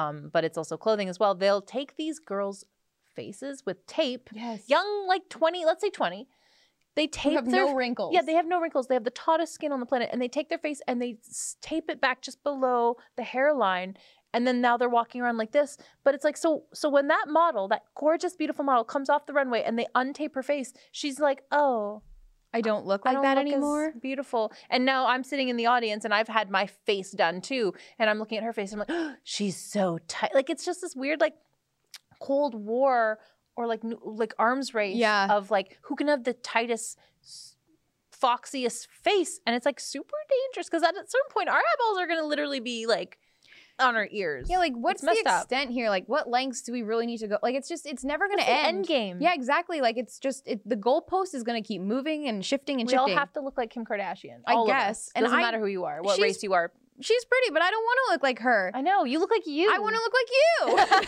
um, but it's also clothing as well they'll take these girls faces with tape Yes. young like 20 let's say 20 they Who tape have their no wrinkles. yeah, they have no wrinkles. They have the tautest skin on the planet, and they take their face and they s- tape it back just below the hairline, and then now they're walking around like this but it's like so so when that model that gorgeous beautiful model comes off the runway and they untape her face she's like oh I don't look I like don't that look as anymore. beautiful and now i'm sitting in the audience and i've had my face done too and i'm looking at her face and i'm like she's so tight like it's just this weird like cold war or like nu- like arms race Yeah. of like who can have the tightest s- foxiest face and it's like super dangerous because at a certain point our eyeballs are gonna literally be like on our ears Yeah, like what's the messed up. extent here? Like what lengths do we really need to go? Like it's just it's never gonna What's the end. end game Yeah, exactly. Like it's just it, the goalpost is gonna keep moving and shifting and we all shifting. have to look like Kim Kardashian. I all of guess. us. And doesn't I- matter who you are, what she's- race you are. She's pretty, but I don't want to look like her. I know you look like you. I want to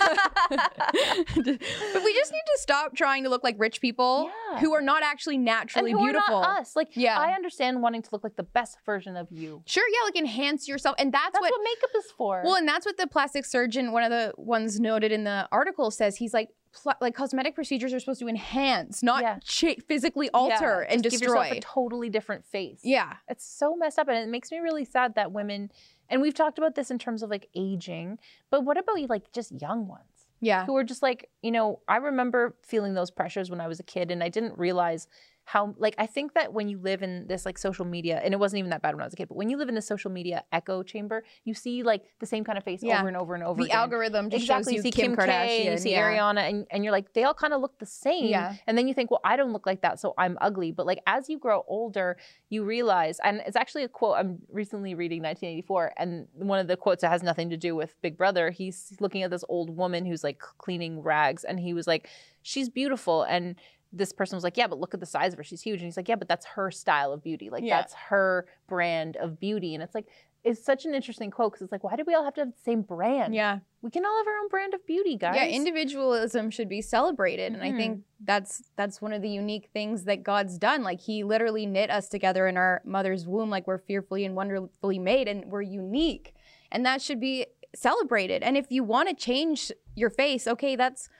look like you. but we just need to stop trying to look like rich people Yeah. who are not actually naturally and who beautiful. Are not us. Like, Yeah. I understand wanting to look like the best version of you. Sure, yeah, like enhance yourself, and that's, That's what what, makeup is for. Well, and that's what the plastic surgeon, one of the ones noted in the article, says. He's like, pl- like cosmetic procedures are supposed to enhance, not Yeah. cha- physically Yeah, alter and just Give destroy. yourself a totally different face. yeah, it's so messed up, and it makes me really sad that women. And we've talked about this in terms of like aging, but what about like just young ones? yeah, who were just like, you know, I remember feeling those pressures when I was a kid and I didn't realize how like I think that when you live in this like social media and it wasn't even that bad when I was a kid, but when you live in the social media echo chamber, you see like the same kind of face Yeah. over and over and over the again. algorithm just exactly. shows see you Kim, K, Kardashian. you see yeah. Ariana and, and you're like, they all kind of look the same. Yeah. And then you think, well, I don't look like that, so I'm ugly. But like as you grow older, you realize, and it's actually a quote I'm recently reading 1984, and one of the quotes that has nothing to do with Big Brother. He's looking at this old woman who's like cleaning rags, and he was like, she's beautiful, and this person was like, yeah, but look at the size of her, she's huge, and he's like, yeah, but that's her style of beauty, like Yeah. that's her brand of beauty, and it's like. It's such an interesting quote because it's like, why do we all have to have the same brand? Yeah, we can all have our own brand of beauty, guys. yeah. Individualism should be celebrated, and I Mhm. think that's that's one of the unique things that God's done. Like He literally knit us together in our mother's womb, like we're fearfully and wonderfully made, and we're unique, and that should be celebrated. And if you want to change your face, okay, that's.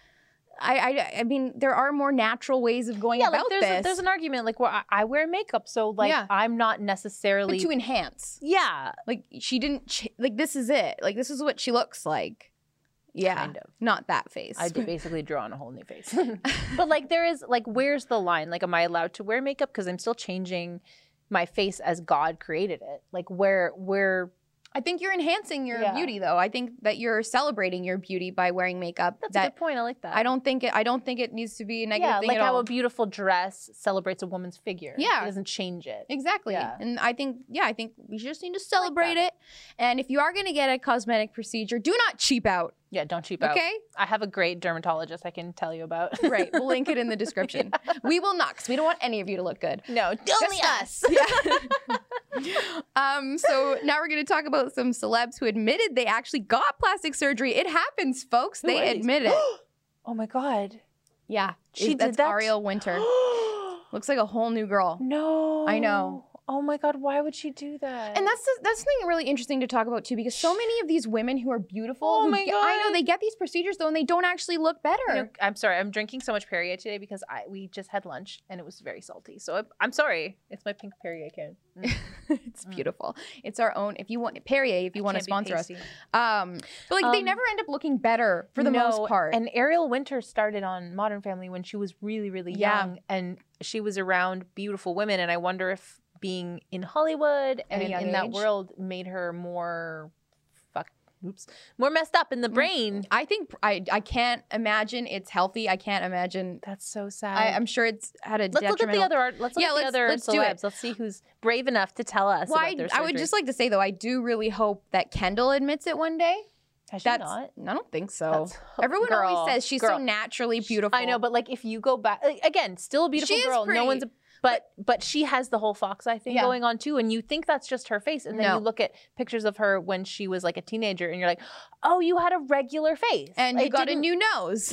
I, I I mean, there are more natural ways of going yeah, like about there's this, A, there's an argument like well, I, I wear makeup, so like Yeah. I'm not but necessarily to enhance. yeah, Like she didn't ch- like this is it. Like this is what she looks like. Yeah, kind of. not that face. I did basically draw on a whole new face, but like there is like where's the line? Like, am I allowed to wear makeup because I'm still changing my face as God created it? Like where where I think you're enhancing your Yeah. beauty though. I think that you're celebrating your beauty by wearing makeup. that's a that good point. I like that. I don't think it I don't think it needs to be a negative yeah, thing like at how all. a beautiful dress celebrates a woman's figure. Yeah. it doesn't change it. Exactly. Yeah. And I think yeah, I think we just need to celebrate it. And if you are going to get a cosmetic procedure, do not cheap out, Yeah, don't cheap out. okay? I have a great dermatologist I can tell you about. right. We'll link it in the description. We will not 'cause we don't want any of you to look good. no, only us. Yeah. um, so now we're going to talk about some celebs who admitted they actually got plastic surgery. It happens, folks. Who are they these? admit it. oh my god. Yeah. She did that's that? Ariel Winter. Looks like a whole new girl. no. I know. Oh my god, why would she do that? And that's the- that's something really interesting to talk about too, because so many of these women who are beautiful, Oh who my get- I know God. they get these procedures though, and they don't actually look better. You know, I'm sorry. I'm drinking so much Perrier today because I we just had lunch and it was very salty. So I, I'm sorry. It's my pink Perrier can. Mm, it's Mm. beautiful. It's our own. If you want Perrier, if you want to can't be sponsor us, pasty. um, but like they Um, never end up looking better for the No, most part. And Ariel Winter started on Modern Family when she was really, really Yeah. young, and she was around beautiful women. And I wonder if being in Hollywood and in young that age. world made her more fuck, oops, more messed up in the Mm. brain. I think I I can't imagine it's healthy. I can't imagine. That's so sad. I, I'm sure it's had a Let's look at the detrimental- other art. Let's look Yeah, at let's- the other let's do it. celebs. Let's see who's brave enough to tell us. Well, I, about their I would surgery. just like to say though, I do really hope that Kendall admits it one day. Has she That's not? I don't think so. That's- Everyone Girl, always says she's girl. so naturally beautiful. I know, but like if you go back like, again, still a beautiful She is girl. pretty. No one's. A, but but she has the whole fox eye thing Yeah. going on too, and you think that's just her face, and then No. you look at pictures of her when she was like a teenager, and you're like, oh, you had a regular face, and you It got a didn't- new nose.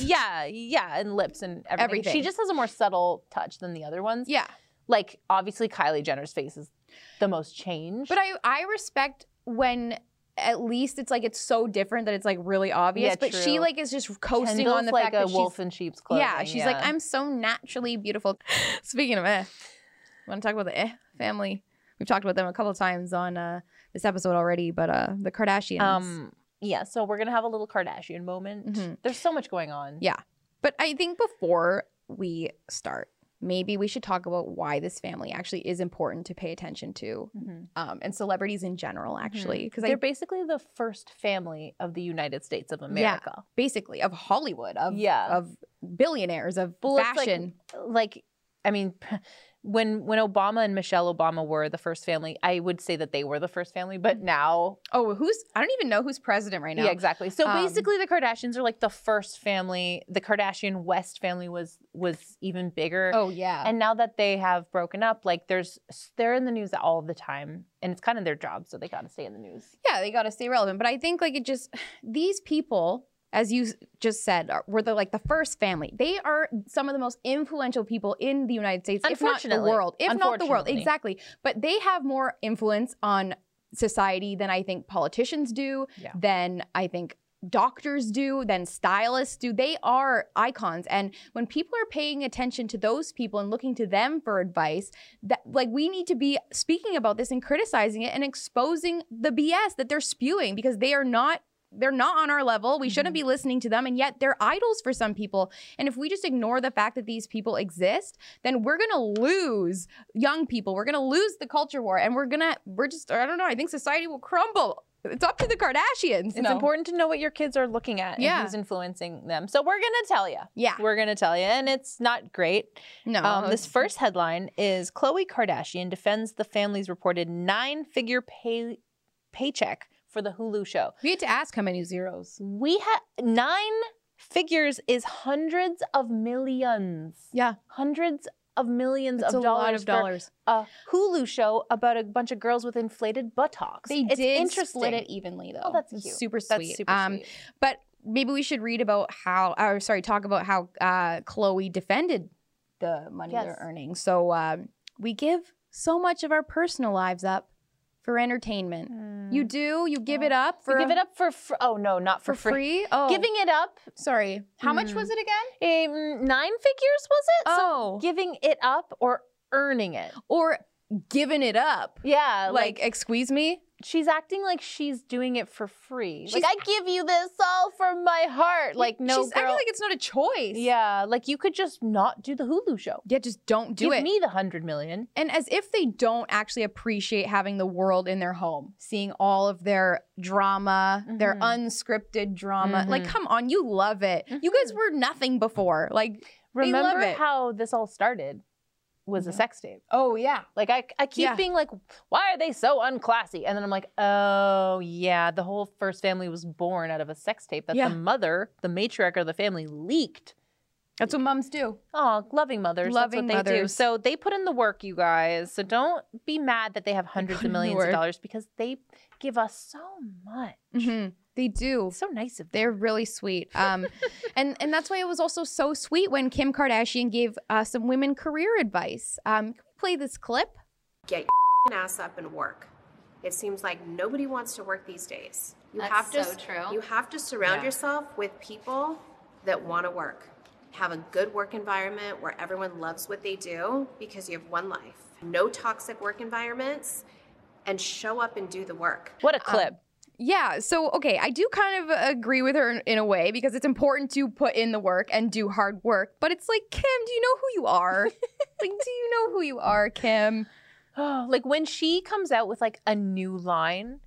Yeah, yeah, and lips and everything. She Everything. just has a more subtle touch than the other ones. Yeah. Like obviously Kylie Jenner's face is the most changed. But I I respect when at least it's like it's so different that it's like really obvious. Yeah, but she true. like is just coasting on Kendall's the like fact a that wolf she's in sheep's clothing. yeah she's like I'm so naturally beautiful. Speaking of eh, want to talk about the eh family? We've talked about them a couple of times on uh, this episode already, but uh, the Kardashians. Um, Mm-hmm. Yeah, so we're gonna have a little Kardashian moment. Mhm. There's so much going on. Yeah. But I think before we start, maybe we should talk about why this family actually is important to pay attention to Mhm. um, and celebrities in general, actually. Because They're basically the first family of the United States of America. basically of Hollywood, of, Yeah. of billionaires, of Well, it's like- fashion. Like, I mean, when when Obama and Michelle Obama were the first family, I would say that they were the first family, but now, oh, who's, I don't even know who's president right now. Mm-hmm. yeah, exactly. So Um, basically, the Kardashians are like the first family. The Kardashian West family was was even bigger. Oh, yeah. And now that they have broken up, like there's they're in the news all the time, and it's kind of their job, so they gotta stay in the news. yeah, they got to stay relevant. But I think like it just these people, as you s- just said, are, were the like the first family. They are some of the most influential people in the United States, if not the Unfortunately. world, if not the world, Unfortunately. exactly. But they have more influence on society than I think politicians do. Yeah. Than I think doctors do than stylists do they are icons and when people are paying attention to those people and looking to them for advice that like we need to be speaking about this and criticizing it and exposing the BS that they're spewing because they are not they're not on our level. We shouldn't be listening to them and yet they're idols for some people. And if we just ignore the fact that these people exist, then we're going to lose young people. We're going to lose the culture war and we're going to we're just I don't know, I think society will crumble. It's up to the Kardashians. It's important to know what your kids are looking at Yeah. and who's influencing them. So we're gonna tell you. Yeah. We're gonna tell you, and it's not great. No. Um, this first headline is Khloe Kardashian defends the family's reported nine-figure pay paycheck for the Hulu show. we had to ask how many zeros. We have nine figures is hundreds of millions. Yeah. hundreds of millions It's of a dollars lot of for dollars. a Hulu show about a bunch of girls with inflated buttocks. They it's did interesting. split it evenly though. Oh, that's It's cute. super sweet. That's super Um, sweet. But maybe we should read about how, or sorry, talk about how uh, Chloe defended the money Yes. they're earning. So um, we give so much of our personal lives up for entertainment. You do, you give Well, it up for You Mm. give it up for fr- oh no, not for, for, free. Oh, Giving it up, Sorry, how much Mm. was it again? um, nine figures was it? Oh, so giving it up or earning it? or giving it up. Yeah, Like, like, excuse me. she's acting like she's doing it for free. She's- Like I give you this all from my heart. Like no, she's girl. acting like it's not a choice. yeah, like you could just not do the Hulu show. yeah. Just don't do Give it. me the hundred million. and as if they don't actually appreciate having the world in their home, seeing all of their drama, their Mhm. unscripted drama. Like, Mhm. come on, you love it. You guys were nothing before. Like, They love Remember it. how this all started? Was a Yeah. sex tape. oh yeah, Like I, I keep Yeah. being like, why are they so unclassy? And then I'm like, oh yeah, the whole first family was born out of a sex tape that Yeah. the mother, the matriarch of the family, leaked. that's what moms do. Oh, loving mothers. Loving that's what they do. mothers. So they put in the work, you guys. So don't be mad that they have hundreds put in of the millions of work. dollars because they give us so much. Mhm. They do. It's so nice of them. They're really sweet. Um, and and that's why it was also so sweet when Kim Kardashian gave uh, some women career advice. Um, can we play this clip? get your f***ing ass up and work. It seems like nobody wants to work these days. You That's have to so true. You have to surround Yeah. yourself with people that want to work. Have a good work environment where everyone loves what they do because you have one life. No toxic work environments and show up and do the work. What a clip. Yeah. So, okay, I do kind of uh, agree with her in, in a way because it's important to put in the work and do hard work. But it's like, Kim, do you know who you are? like, do you know who you are, Kim? like when she comes out with like a new line,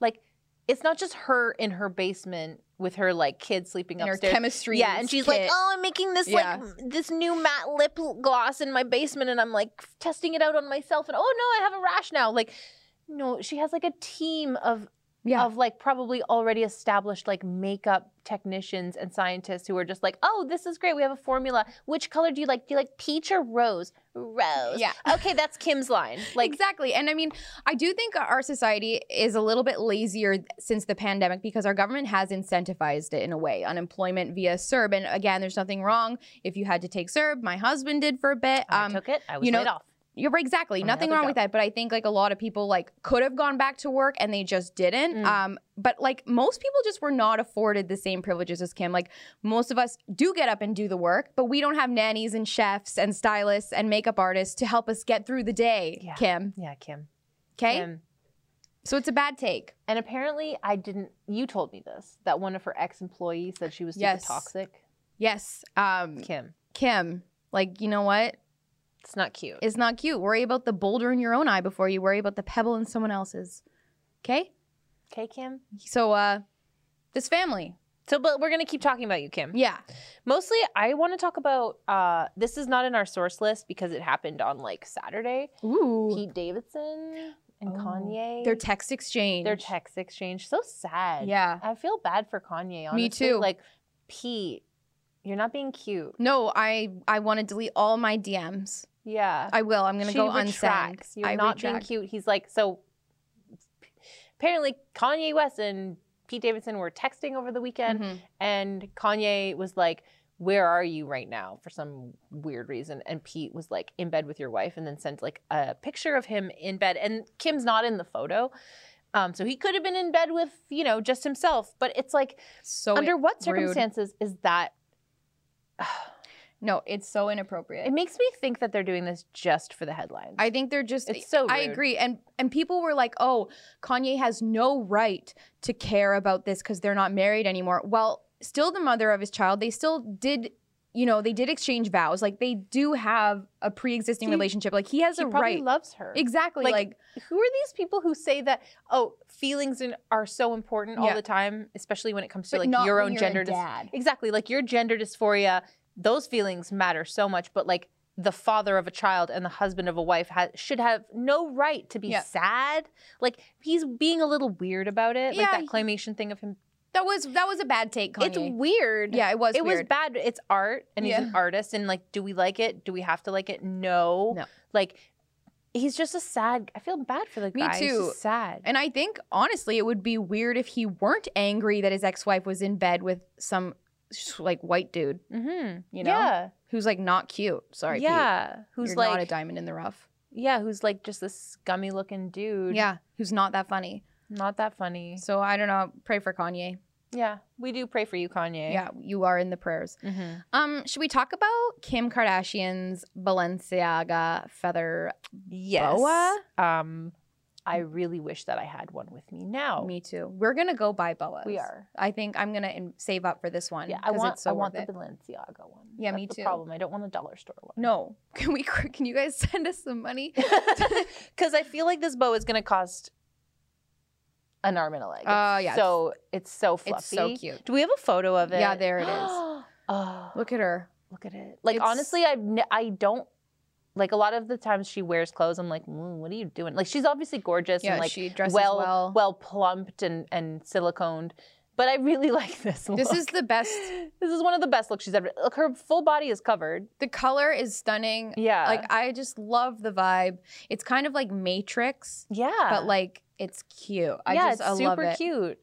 like it's not just her in her basement with her like kids sleeping And her upstairs. chemistry. Yeah, and she's like, kit. "Oh, I'm making this Yeah. like m- this new matte lip l- gloss in my basement, and I'm like f- testing it out on myself, and oh no, I have a rash now." Like, no, she has like a team of yeah. of like probably already established like makeup technicians and scientists who are just like, "Oh, this is great. We have a formula. Which color do you like? Do you like peach or rose? Rose. Yeah. Okay, that's Kim's line. Like, exactly. And I mean, I do think our society is a little bit lazier since the pandemic because our government has incentivized it in a way. Unemployment via CERB. And again, there's nothing wrong if you had to take CERB. My husband did for a bit. I um, took it. I was you know, laid off. You're right, exactly. From Nothing another wrong with that, but I think like a lot of people like could have gone back to work and they just didn't. Mm. Um, but like most people just were not afforded the same privileges as Kim. Like most of us do get up and do the work, but we don't have nannies and chefs and stylists and makeup artists to help us get through the day. Yeah. Kim, Yeah, Kim. okay, Kim. So it's a bad take. And apparently, I didn't. You told me this that one of her ex employees said she was super Yes. toxic. Yes. Um, Kim, Kim, like, you know what? it's not cute. It's not cute. Worry about the boulder in your own eye before you worry about the pebble in someone else's. Okay? okay, Kim. So, uh, this family. So, but we're gonna keep talking about you, Kim. Yeah. Mostly, I want to talk about. Uh, this is not in our source list because it happened on like Saturday. Ooh. Pete Davidson and Oh. Kanye. Their text exchange. Their text exchange. So sad. Yeah. I feel bad for Kanye. Honestly. Me too. Like, Pete, you're not being cute. No, I I want to delete all my DMs. Yeah. I will. I'm gonna She go unsend. retracts. You're I not retract. being cute. He's like, so apparently Kanye West and Pete Davidson were texting over the weekend, Mhm. and Kanye was like, where are you right now for some weird reason? And Pete was like in bed with your wife and then sent like a picture of him in bed. And Kim's not in the photo. Um, so he could have been in bed with, you know, just himself. But it's like, So under under what Oh, rude. circumstances is that? no, it's so It inappropriate. makes me think that they're doing this just for the headlines. I think they're just. It's so I rude. agree, and and people were like, "Oh, Kanye has no right to care about this because they're not married anymore." Well, still the mother of his child. They still did. You know, they did exchange vows. Like they do have a pre-existing He- relationship. Like he has he a probably right. loves her. exactly. Like, Like, who are these people who say that oh feelings in, are so important all Yeah. the time especially when it comes to but like not your when own you're a gender dys- dad. exactly like your gender dysphoria those feelings matter so much but like the father of a child and the husband of a wife ha- should have no right to be Yeah. sad like he's being a little weird about it like Yeah, that he- claymation thing of him That was that was a bad take, Kanye. it's weird yeah, it was. it weird. was bad it's art and he's an Yeah. artist and like do we like it do we have to like it no No. like he's just a sad i feel bad for the Me guy he's too. just sad And I think honestly, it would be weird if he weren't angry that his ex-wife was in bed with some like white dude Mm-hmm. you know? Yeah. who's like not cute. Sorry, Pete. yeah. Who's You're like not a diamond in the rough. Yeah, who's like just this scummy looking dude. Yeah, who's not that funny. Not that funny. So I don't know. Pray for Kanye. Yeah. We do pray for you, Kanye. Yeah, you are in the prayers. Mhm. Um, should we talk about Kim Kardashian's Balenciaga feather? Yes. Boa? Um I really wish that I had one with me now. Me too. We're gonna go buy boas. Oh. We are. I think I'm gonna in- save up for this one. Yeah, I 'cause want It's so I want worth the it. Balenciaga one. Yeah, That's me the too. problem. I don't want a dollar store one. No, can we? Can you guys send us some money? Cuz I feel like this bow is going to cost an arm and a leg. It's Oh, yeah, it's- So it's so fluffy. It's so cute. Do we have a photo of it? Yeah, there it is. oh. Look at her. look at it. Like It's- honestly, I've ne- I don't like a lot of the times she wears clothes. I'm like, "Mm, what are you doing? Like she's obviously gorgeous Yeah, and like she dresses well, well. well plumped and and siliconed. But I really like this. This is look. the best. This is one of the best looks she's ever. Look, her full body is covered. The color is stunning. Yeah, Like I just love the vibe. It's kind of like Matrix, yeah, but like it's cute. I yeah, just it's I super love it. cute.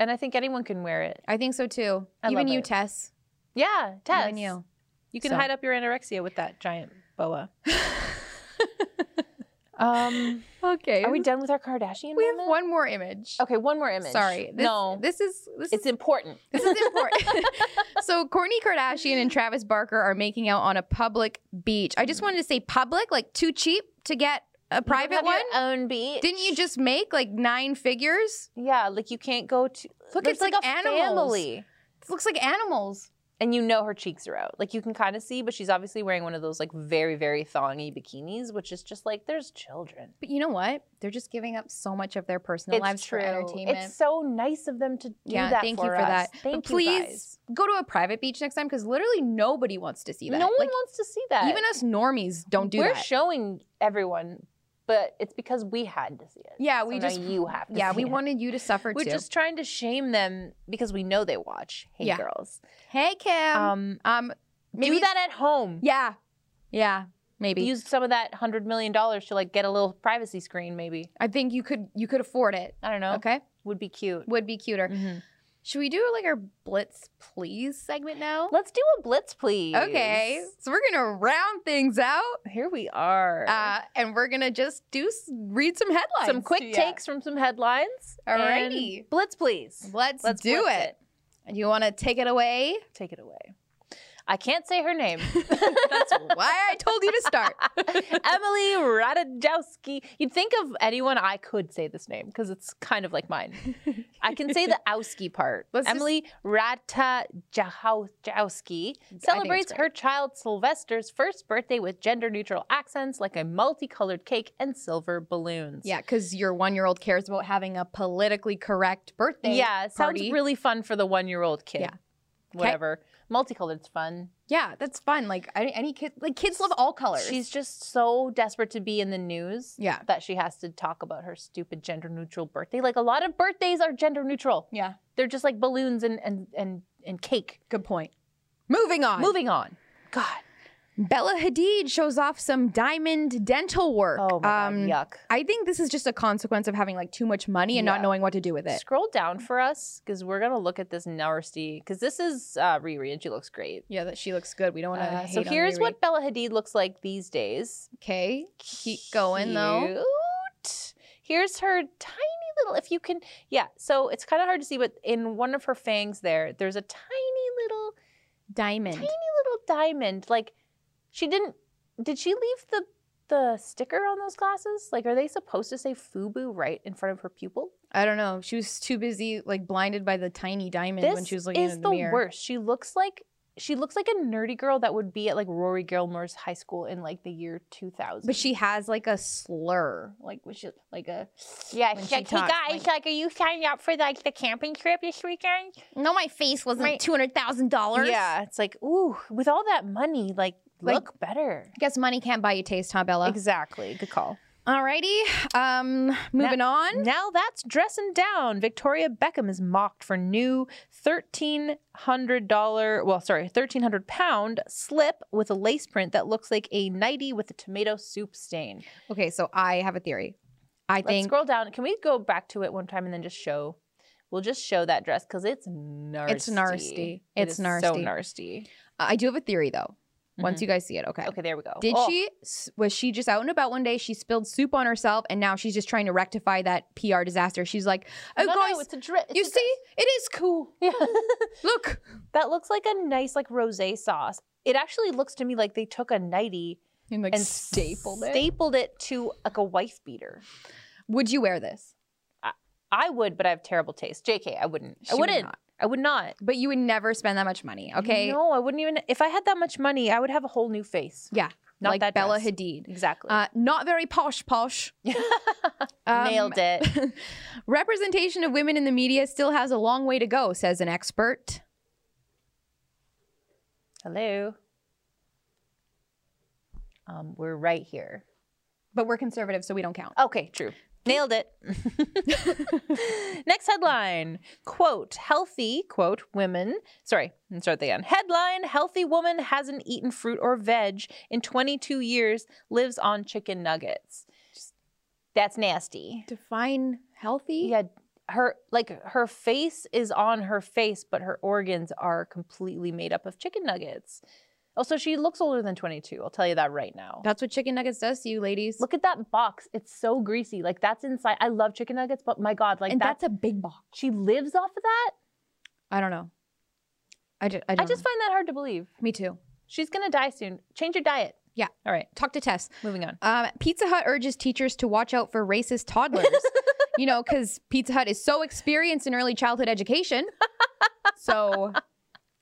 And I think anyone can wear it. I think so too. I Even love you, it. Tess. Yeah, Tess, Even you. you can So. hide up your anorexia with that giant boa. um, Okay. are we done with our Kardashian? We have moment? one more image. Okay, one more image. Sorry. This, no, This is this it's is important. this is important. so Kourtney Kardashian and Travis Barker are making out on a public beach. I just wanted to say public, like too cheap to get a private one. own beat. Didn't you just make like nine figures? Yeah, like you can't go to. Look, There's it's like a animals. family, It looks like animals. and you know her cheeks are out. Like you can kind of see, but she's obviously wearing one of those like very very thongy bikinis, which is just like there's children. But you know what? They're just giving up so much of their personal lives for entertainment. It's so nice of them to do yeah, that. thank for you for us. that. Thank but please you guys. go to a private beach next time because literally nobody wants to see that. No one Like, wants to see that. even us normies don't do we're that. showing everyone, but it's because we had to see it. Yeah, we So now just- you have. To yeah, see we it. wanted you to suffer We're too. just trying to shame them because we know they watch. Hey, Yeah. girls. hey Kim. Um, Um, maybe do that at home. Yeah, yeah, maybe. Use some of that hundred million dollars to like get a little privacy screen. Maybe I think you could you could afford it. I don't know. Okay, Mm-hmm. Would be cute. would be cuter. Mm. Should we do like our blitz please segment now? Let's do a blitz, please. Okay, so we're gonna round things out. Here we are. Uh, and we're gonna just do s- read some headlines. some quick takes from some headlines. and Alrighty. Blitz, please. Let's, Let's do blitz it. You want to take it away? Take it away. I can't say her name. That's why I told you to start. Emily Radajowski. You'd think of anyone I could say this name because it's kind of like mine. I can say the Owski part. Let's just- Emily Radajowski celebrates great. her child Sylvester's first birthday with gender neutral accents like a multicolored cake and silver balloons. yeah, because your one year old cares about having a politically correct birthday. Yeah, party. sounds really fun for the one year old kid. Yeah. Whatever. Multicolored's fun. Yeah, that's fun. Like I- any kid, like kids love all colors. She's just so desperate to be in the news yeah, that she has to talk about her stupid gender neutral birthday. Like a lot of birthdays are gender neutral. yeah. They're just like balloons and and and, and cake. Good point. Moving on. Moving on. God. Bella Hadid shows off some diamond dental work. Um, Oh my god. Yuck. I think this is just a consequence of having like too much money and Yeah. not knowing what to do with it. Scroll down for us because we're gonna look at this nasty. Because this is uh, Riri and she looks great. Yeah, that she looks good. We don't want to. Uh, so here's what Bella Hadid looks like these days. Okay, keep going though. Cute. Here's her tiny little, if you can, yeah. So it's kind of hard to see, but in one of her fangs there, there's a tiny little, Diamond. tiny little diamond. Like she didn't, did she leave the the sticker on those glasses? Like, are they supposed to say FUBU right in front of her pupil? I don't know. She was too busy, like blinded by the tiny diamond when this she was looking is in the, the mirror. worst. She looks like she looks like a nerdy girl that would be at like Rory Gilmore's high school in like the year 2000. But she has like a slur, like which is like a. yeah, when she's she like, hey talks, guys, like, are you signing up for like the camping trip this weekend? No, my face wasn't Right. two hundred thousand dollars. Yeah, it's like, ooh, with all that money, like, Like- look better. Guess money can't buy you taste, huh, Bella? Exactly. Good call. Alrighty. Um, moving on. Now that's dressing down. Victoria Beckham is mocked for new $1,300, well, sorry, 1,300 pound slip with a lace print that looks like a nightie with a tomato soup stain. Okay, so I have a theory. I Let's think scroll down. Can we go back to it one time and then just show? We'll just show that dress because it's nasty. nasty. It It's is So nasty. nasty. I do have a theory though. Once you guys see it, Mm-hmm. okay. Okay, there we go. Did Oh, she s- was she just out and about one day? She spilled soup on herself, and now she's just trying to rectify that PR disaster. She's like, "Oh no, no, guys, it's a dress. you see, it is cool. Yeah. Look, That looks like a nice like rosé sauce. It actually looks to me like they took a nightie and like and stapled it. stapled it to like a wife beater. Would you wear this? I would, but I have terrible taste. JK, I wouldn't. She I would wouldn't. not. I would not. But you would never spend that much money, okay? No, I wouldn't even. If I had that much money, I would have a whole new face. Yeah, Not like that Bella dress. Hadid. Exactly. Uh, not very posh, posh. Um, Nailed it. Representation of women in the media still has a long way to go, says an expert. Hello. Um, we're right here. But we're conservative, so we don't count. Okay, true. Nailed it. Next headline quote, healthy, quote, women. Sorry, let's start again. Headline Healthy woman hasn't eaten fruit or veg in 22 years, lives on chicken nuggets. That's nasty. Define healthy. Yeah, her, like, her face is on her face, but her organs are completely made up of chicken nuggets. Also, she looks older than 22. I'll tell you that right now. That's what chicken nuggets does to you, ladies. Look at that box. It's so greasy. Like that's inside. I love chicken nuggets, but my god, like and that's, that's, a big box. she lives off of that. I don't know. I just, I, I don't just know. find that hard to believe. me too. She's gonna die soon. Change your diet. Yeah. All right. Talk to Tess. Moving on. Um, Pizza Hut urges teachers to watch out for racist toddlers. you know, because Pizza Hut is so experienced in early childhood education. So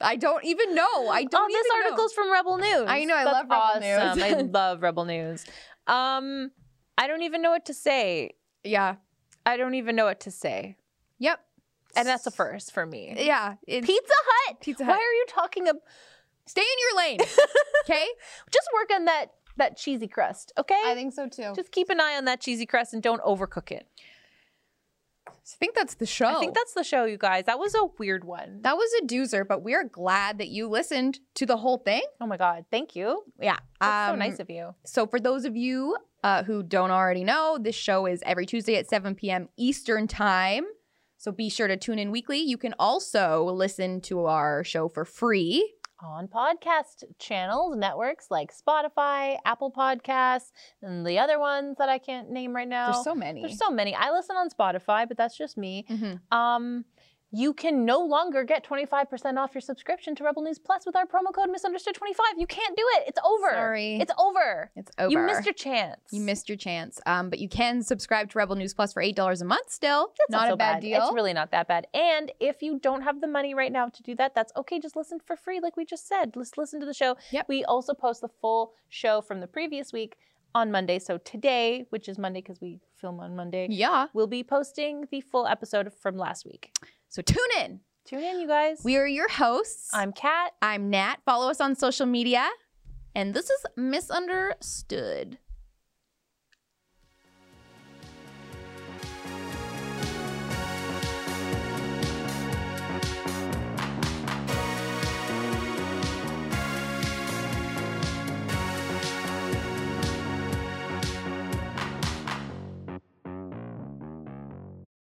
I don't even know. I don't oh, this even know. article's from Rebel News. I know, I That's love Rebel News. awesome. I love Rebel News. Um, I don't even know what to say. Yeah. I don't even know what to say. Yep. And that's a first for me. Yeah. It's, Pizza Hut. Pizza Why Hut. are you talking about? Stay in your lane. Okay? Just work on that that cheesy crust, okay? think so too. Just keep an eye on that cheesy crust and don't overcook it. I think that's the show. I think that's the show, you guys. Oh. That was a weird one. that was a doozer, but we're glad that you listened to the whole thing. Oh my god, thank you. Yeah. That's so um, nice of you. So, for those of you uh, who don't already know, this show is every Tuesday at 7 p.m. Eastern Time. So, be sure to tune in weekly. You can also listen to our show for free. On podcast channels, networks like Spotify, Apple Podcasts, and the other ones that I can't name right now. There's so many. There's so many. I listen on Spotify, but that's just me. Mhm. Um, you can no longer get 25% off your subscription to Rebel News Plus with our promo code misunderstood25. You can't do it. It's over. Sorry. It's over. It's over. You missed your chance. You missed your chance. Um, but you can subscribe to Rebel News Plus for eight dollars a month. Still, That's not so a bad, deal. It's really not that bad. And if you don't have the money right now to do that, that's okay. Just listen for free, like we just said. Just listen to the show. Yep. We also post the full show from the previous week on Monday. So today, which is Monday because we film on Monday, yeah. we'll be posting the full episode from last week. So tune in. Tune in, you guys. We are your hosts. I'm Kat. I'm Nat. Follow us on social media. And this is Misunderstood.